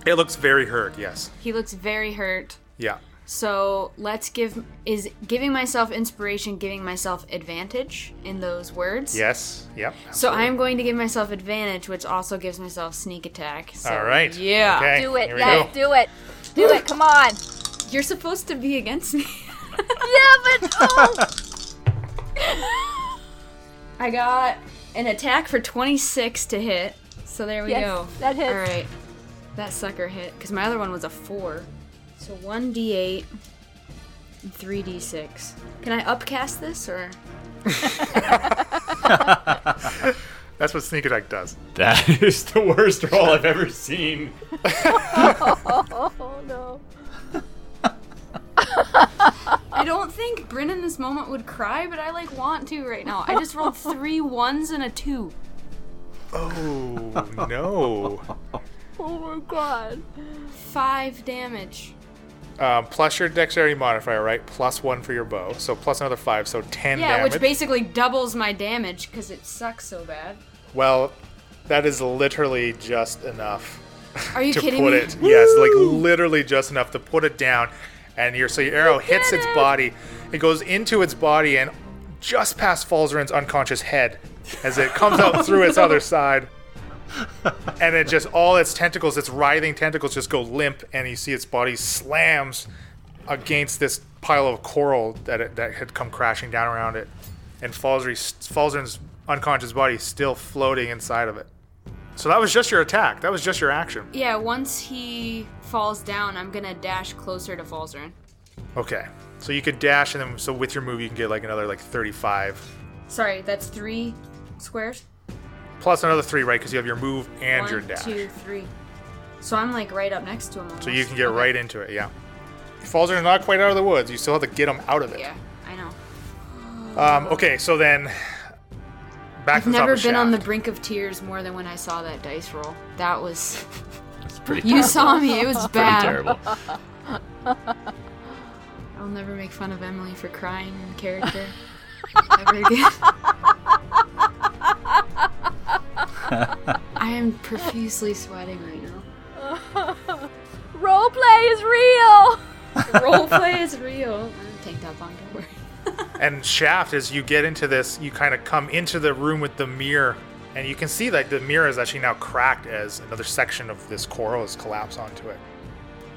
Speaker 1: It looks very hurt, yes.
Speaker 2: he looks very hurt.
Speaker 1: Yeah.
Speaker 2: So let's give is giving myself inspiration, giving myself advantage in those words.
Speaker 1: Yes. Yep.
Speaker 2: So
Speaker 1: absolutely.
Speaker 2: I'm going to give myself advantage, which also gives myself sneak attack. So
Speaker 1: All right.
Speaker 2: Yeah.
Speaker 1: Okay,
Speaker 3: Do it,
Speaker 1: here we
Speaker 3: guys.
Speaker 1: go.
Speaker 3: Do it. Do it. Come on.
Speaker 2: You're supposed to be against me.
Speaker 3: Yeah, but oh,
Speaker 2: I got an attack for 26 to hit. So there we
Speaker 3: Yes,
Speaker 2: go.
Speaker 3: that hits.
Speaker 2: All right. That sucker hit because my other one was a four. So 1d8 and 3d6. Can I upcast this or?
Speaker 1: That's what sneak attack does.
Speaker 6: That is the worst roll I've ever seen.
Speaker 3: oh no.
Speaker 2: I don't think Bryn in this moment would cry, but I like want to right now. I just rolled three ones and a two.
Speaker 1: Oh, no.
Speaker 3: Oh my god.
Speaker 2: Five damage.
Speaker 1: Um, plus your dexterity modifier, right? Plus one for your bow. So plus another five. So 10
Speaker 2: Yeah,
Speaker 1: damage.
Speaker 2: which basically doubles my damage because it sucks so bad.
Speaker 1: Well, that is literally just enough
Speaker 2: Are you
Speaker 1: to
Speaker 2: kidding
Speaker 1: put
Speaker 2: me?
Speaker 1: it. Yes, like literally just enough to put it down. And your so your arrow hits its body. It goes into its body and just past Falzarin's unconscious head as it comes out through its other side. And it just all its tentacles, its writhing tentacles just go limp and you see its body slams against this pile of coral that it, that had come crashing down around it. And Falzarin's Falzarin's unconscious body still floating inside of it. So that was just your attack. That was just your action.
Speaker 2: Yeah, once he falls down, I'm gonna dash closer to Falzarin.
Speaker 1: Okay. So you could dash, and then so with your move you can get like another like 35
Speaker 2: Sorry, that's three squares.
Speaker 1: plus another three, right? Because you have your move and
Speaker 2: One,
Speaker 1: your dash,
Speaker 2: two, three. So I'm like right up next to him. Almost.
Speaker 1: so you can get
Speaker 2: Okay.
Speaker 1: right into it. Yeah. Falls are not quite out of the woods. You still have to get him out of it.
Speaker 2: Yeah, I know.
Speaker 1: Um, okay. So then, back
Speaker 2: I've
Speaker 1: to the top
Speaker 2: never
Speaker 1: of
Speaker 2: been on the
Speaker 1: shaft.
Speaker 2: brink of tears more than when I saw that dice roll. That was.
Speaker 6: It's pretty
Speaker 2: You saw me. It was
Speaker 6: pretty
Speaker 2: bad.
Speaker 6: terrible.
Speaker 2: I'll never make fun of Emily for crying in character ever again. I am profusely sweating right now.
Speaker 3: Roleplay is real.
Speaker 2: Roleplay is real. Take that long, don't worry.
Speaker 1: and shaft as you get into this you kind of come into the room with the mirror and you can see that the mirror is actually now cracked as another section of this coral has collapsed onto it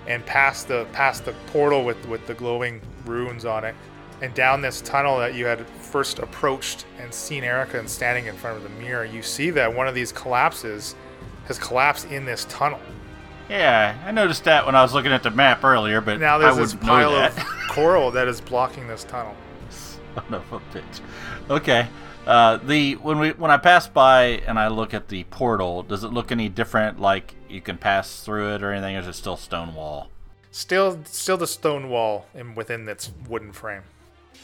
Speaker 1: and past the past the portal with with the glowing runes on it and down this tunnel that you had first approached and seen Erica and standing in front of the mirror you see that one of these collapses has collapsed in this tunnel
Speaker 4: Yeah, I noticed that when I was looking at the map earlier, but
Speaker 1: now
Speaker 4: I
Speaker 1: there's this
Speaker 4: wouldn't
Speaker 1: pile
Speaker 4: know
Speaker 1: of
Speaker 4: that.
Speaker 1: coral that is blocking this tunnle
Speaker 4: Son of a bitch. Okay. Uh, the when we when I pass by and I look at the portal, does it look any different? Like you can pass through it or anything, or is it still stone wall?
Speaker 1: still still the stone wall and within its wooden frame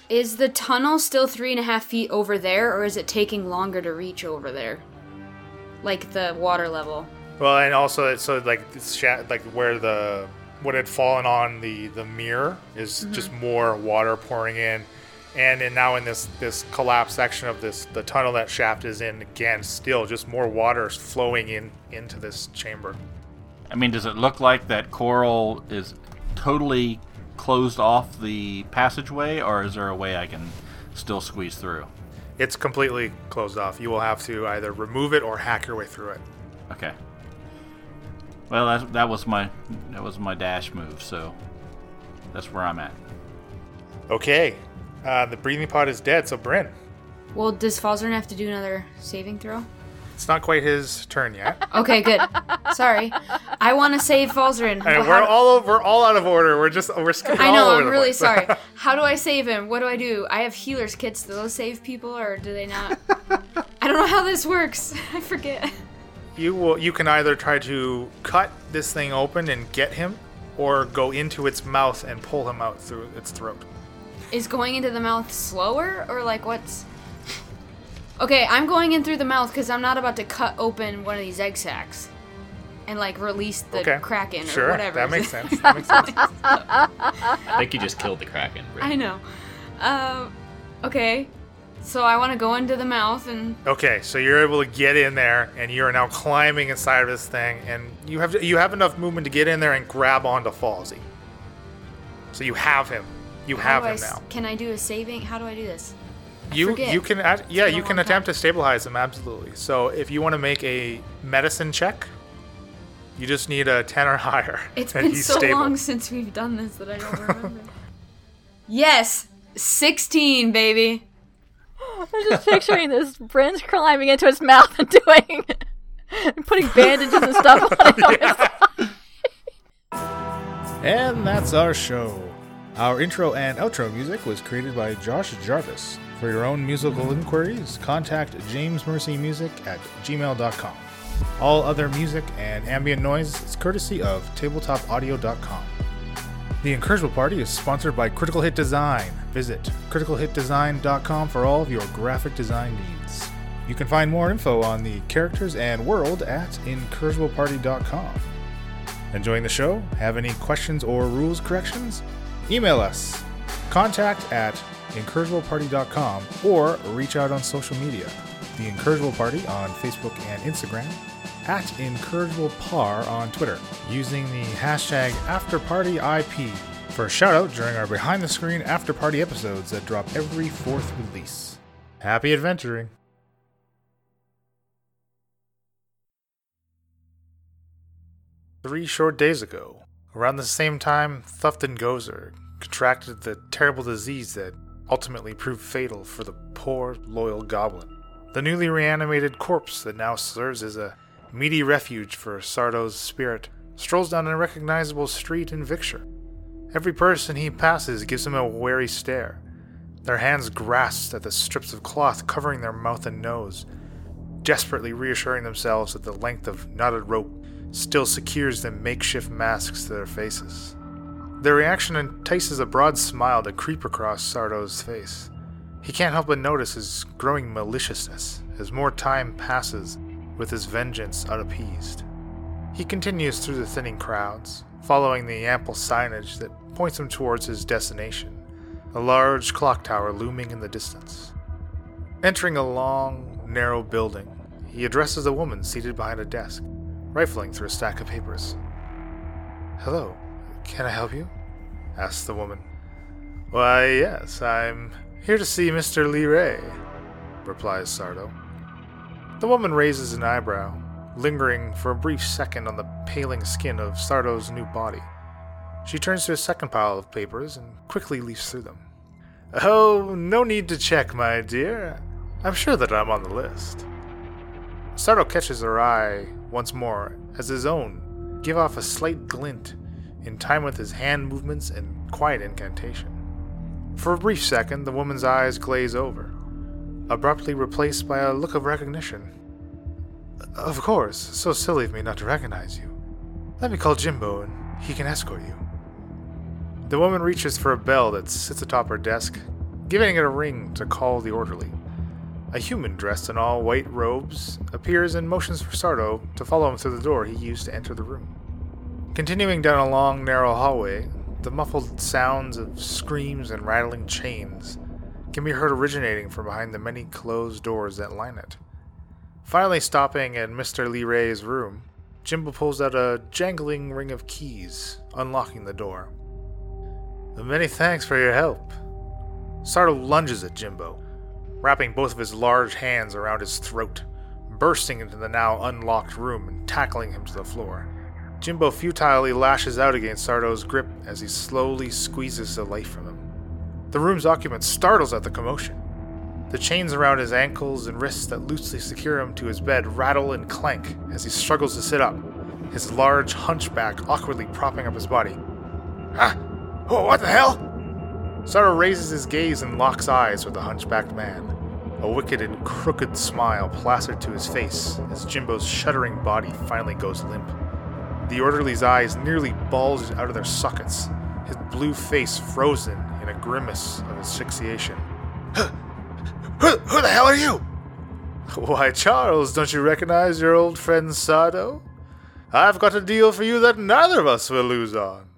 Speaker 2: Is the tunnel still three and a half feet over there, or is it taking longer to reach over there? Like the water level.
Speaker 1: Well, and also it's so like it's sha- like where the what had fallen on the the mirror is just more water pouring in, and and now in this this collapsed section of this the tunnel that shaft is in again still just more water is flowing in into this chamber.
Speaker 4: I mean, does it look like that coral is totally closed off the passageway, or is there a way I can still squeeze through?
Speaker 1: It's completely closed off. You will have to either remove it or hack your way through it.
Speaker 4: Okay. Well, that, that was my that was my dash move, so that's where I'm at.
Speaker 1: Okay. Uh, the breathing pod is dead, so Bryn.
Speaker 2: Well, does Falzern have to do another saving throw?
Speaker 1: It's not quite his turn yet.
Speaker 2: Okay, good. Sorry. I want to save Falzern.
Speaker 1: And
Speaker 2: How-
Speaker 1: we're all over, all out of order. We're just we're skipping
Speaker 2: I
Speaker 1: all
Speaker 2: know,
Speaker 1: over
Speaker 2: I'm
Speaker 1: the
Speaker 2: really
Speaker 1: place.
Speaker 2: sorry. How do I save him? What do I do? I have healer's kits. Do those save people or do they not? I don't know how this works. I forget.
Speaker 1: You will. You can either try to cut this thing open and get him, or go into its mouth and pull him out through its throat.
Speaker 2: Is going into the mouth slower or like what's. Okay, I'm going in through the mouth because I'm not about to cut open one of these egg sacs and like release the
Speaker 1: okay.
Speaker 2: kraken or
Speaker 1: sure,
Speaker 2: whatever.
Speaker 1: that makes sense. That makes sense.
Speaker 6: I think you just killed the kraken. Rick.
Speaker 2: I know. Um, okay, so I want to go into the mouth and
Speaker 1: Okay, so you're able to get in there, and you are now climbing inside of this thing, and you have you have enough movement to get in there and grab onto Falsey. So you have him. You
Speaker 2: how
Speaker 1: have
Speaker 2: do I
Speaker 1: him
Speaker 2: s-
Speaker 1: now.
Speaker 2: Can I do a saving? How do I do this?
Speaker 1: You
Speaker 2: forget.
Speaker 1: you can act- yeah
Speaker 2: been a
Speaker 1: you can
Speaker 2: long
Speaker 1: attempt
Speaker 2: time.
Speaker 1: to stabilize him absolutely. So if you want to make a medicine check, you just need a ten or higher.
Speaker 2: It's
Speaker 1: and
Speaker 2: been
Speaker 1: he's
Speaker 2: so
Speaker 1: stable.
Speaker 2: long since we've done this that I don't remember. yes, 16, baby.
Speaker 3: I'm just picturing this Bryn's climbing into his mouth and doing, putting bandages and stuff on it.
Speaker 1: And that's our show. Our intro and outro music was created by Josh Jarvis. For your own musical inquiries, contact jamesmercymusic at gmail.com. All other music and ambient noise is courtesy of tabletopaudio.com. The Encouragement Party is sponsored by Critical Hit Design. Visit criticalhitdesign.com for all of your graphic design needs. You can find more info on the characters and world at encourageableparty.com. Enjoying the show? Have any questions or rules corrections? Email us contact at encourageableparty.com or reach out on social media. The Encourageable Party on Facebook and Instagram, at EncourageablePar on Twitter, using the hashtag AfterPartyIP for a shout out during our behind the screen after party episodes that drop every fourth release. Happy adventuring! Three short days ago, around the same time, Thufton Gozer contracted the terrible disease that ultimately proved fatal for the poor, loyal goblin. The newly reanimated corpse that now serves as a meaty refuge for Sardo's spirit strolls down an unrecognizable street in Victor. Every person he passes gives him a wary stare. Their hands grasped at the strips of cloth covering their mouth and nose, desperately reassuring themselves that the length of knotted rope still secures the makeshift masks to their faces. Their reaction entices a broad smile to creep across Sardo's face. He can't help but notice his growing maliciousness as more time passes with his vengeance unappeased. He continues through the thinning crowds, following the ample signage that points him towards his destination, a large clock tower looming in the distance. Entering a long, narrow building, he addresses a woman seated behind a desk, rifling through a stack of papers. Hello, can I help you? asks the woman. Why, yes, I'm here to see Mr. Lee Ray, replies Sardo. The woman raises an eyebrow, lingering for a brief second on the paling skin of Sardo's new body. She turns to a second pile of papers and quickly leafs through them. Oh, no need to check, my dear. I'm sure that I'm on the list. Sardo catches her eye once more as his own give off a slight glint in time with his hand movements and quiet incantation. For a brief second, the woman's eyes glaze over, abruptly replaced by a look of recognition. Of course, so silly of me not to recognize you. Let me call Jimbo and he can escort you. The woman reaches for a bell that sits atop her desk, giving it a ring to call the orderly. A human dressed in all white robes appears and motions for Sardo to follow him through the door he used to enter the room. Continuing down a long, narrow hallway, the muffled sounds of screams and rattling chains can be heard originating from behind the many closed doors that line it. Finally, stopping at Mr. Lee Ray's room, Jimbo pulls out a jangling ring of keys, unlocking the door. Many thanks for your help. Sardo lunges at Jimbo, wrapping both of his large hands around his throat, bursting into the now unlocked room and tackling him to the floor. Jimbo futilely lashes out against Sardo's grip as he slowly squeezes the life from him. The room's occupant startles at the commotion. The chains around his ankles and wrists that loosely secure him to his bed rattle and clank as he struggles to sit up, his large hunchback awkwardly propping up his body. Huh? Oh, what the hell? Sardo raises his gaze and locks eyes with the hunchbacked man, a wicked and crooked smile plastered to his face as Jimbo's shuddering body finally goes limp. The orderly's eyes nearly bulged out of their sockets, his blue face frozen in a grimace of asphyxiation. Who, who the hell are you? Why, Charles, don't you recognize your old friend Sardo? I've got a deal for you that neither of us will lose on.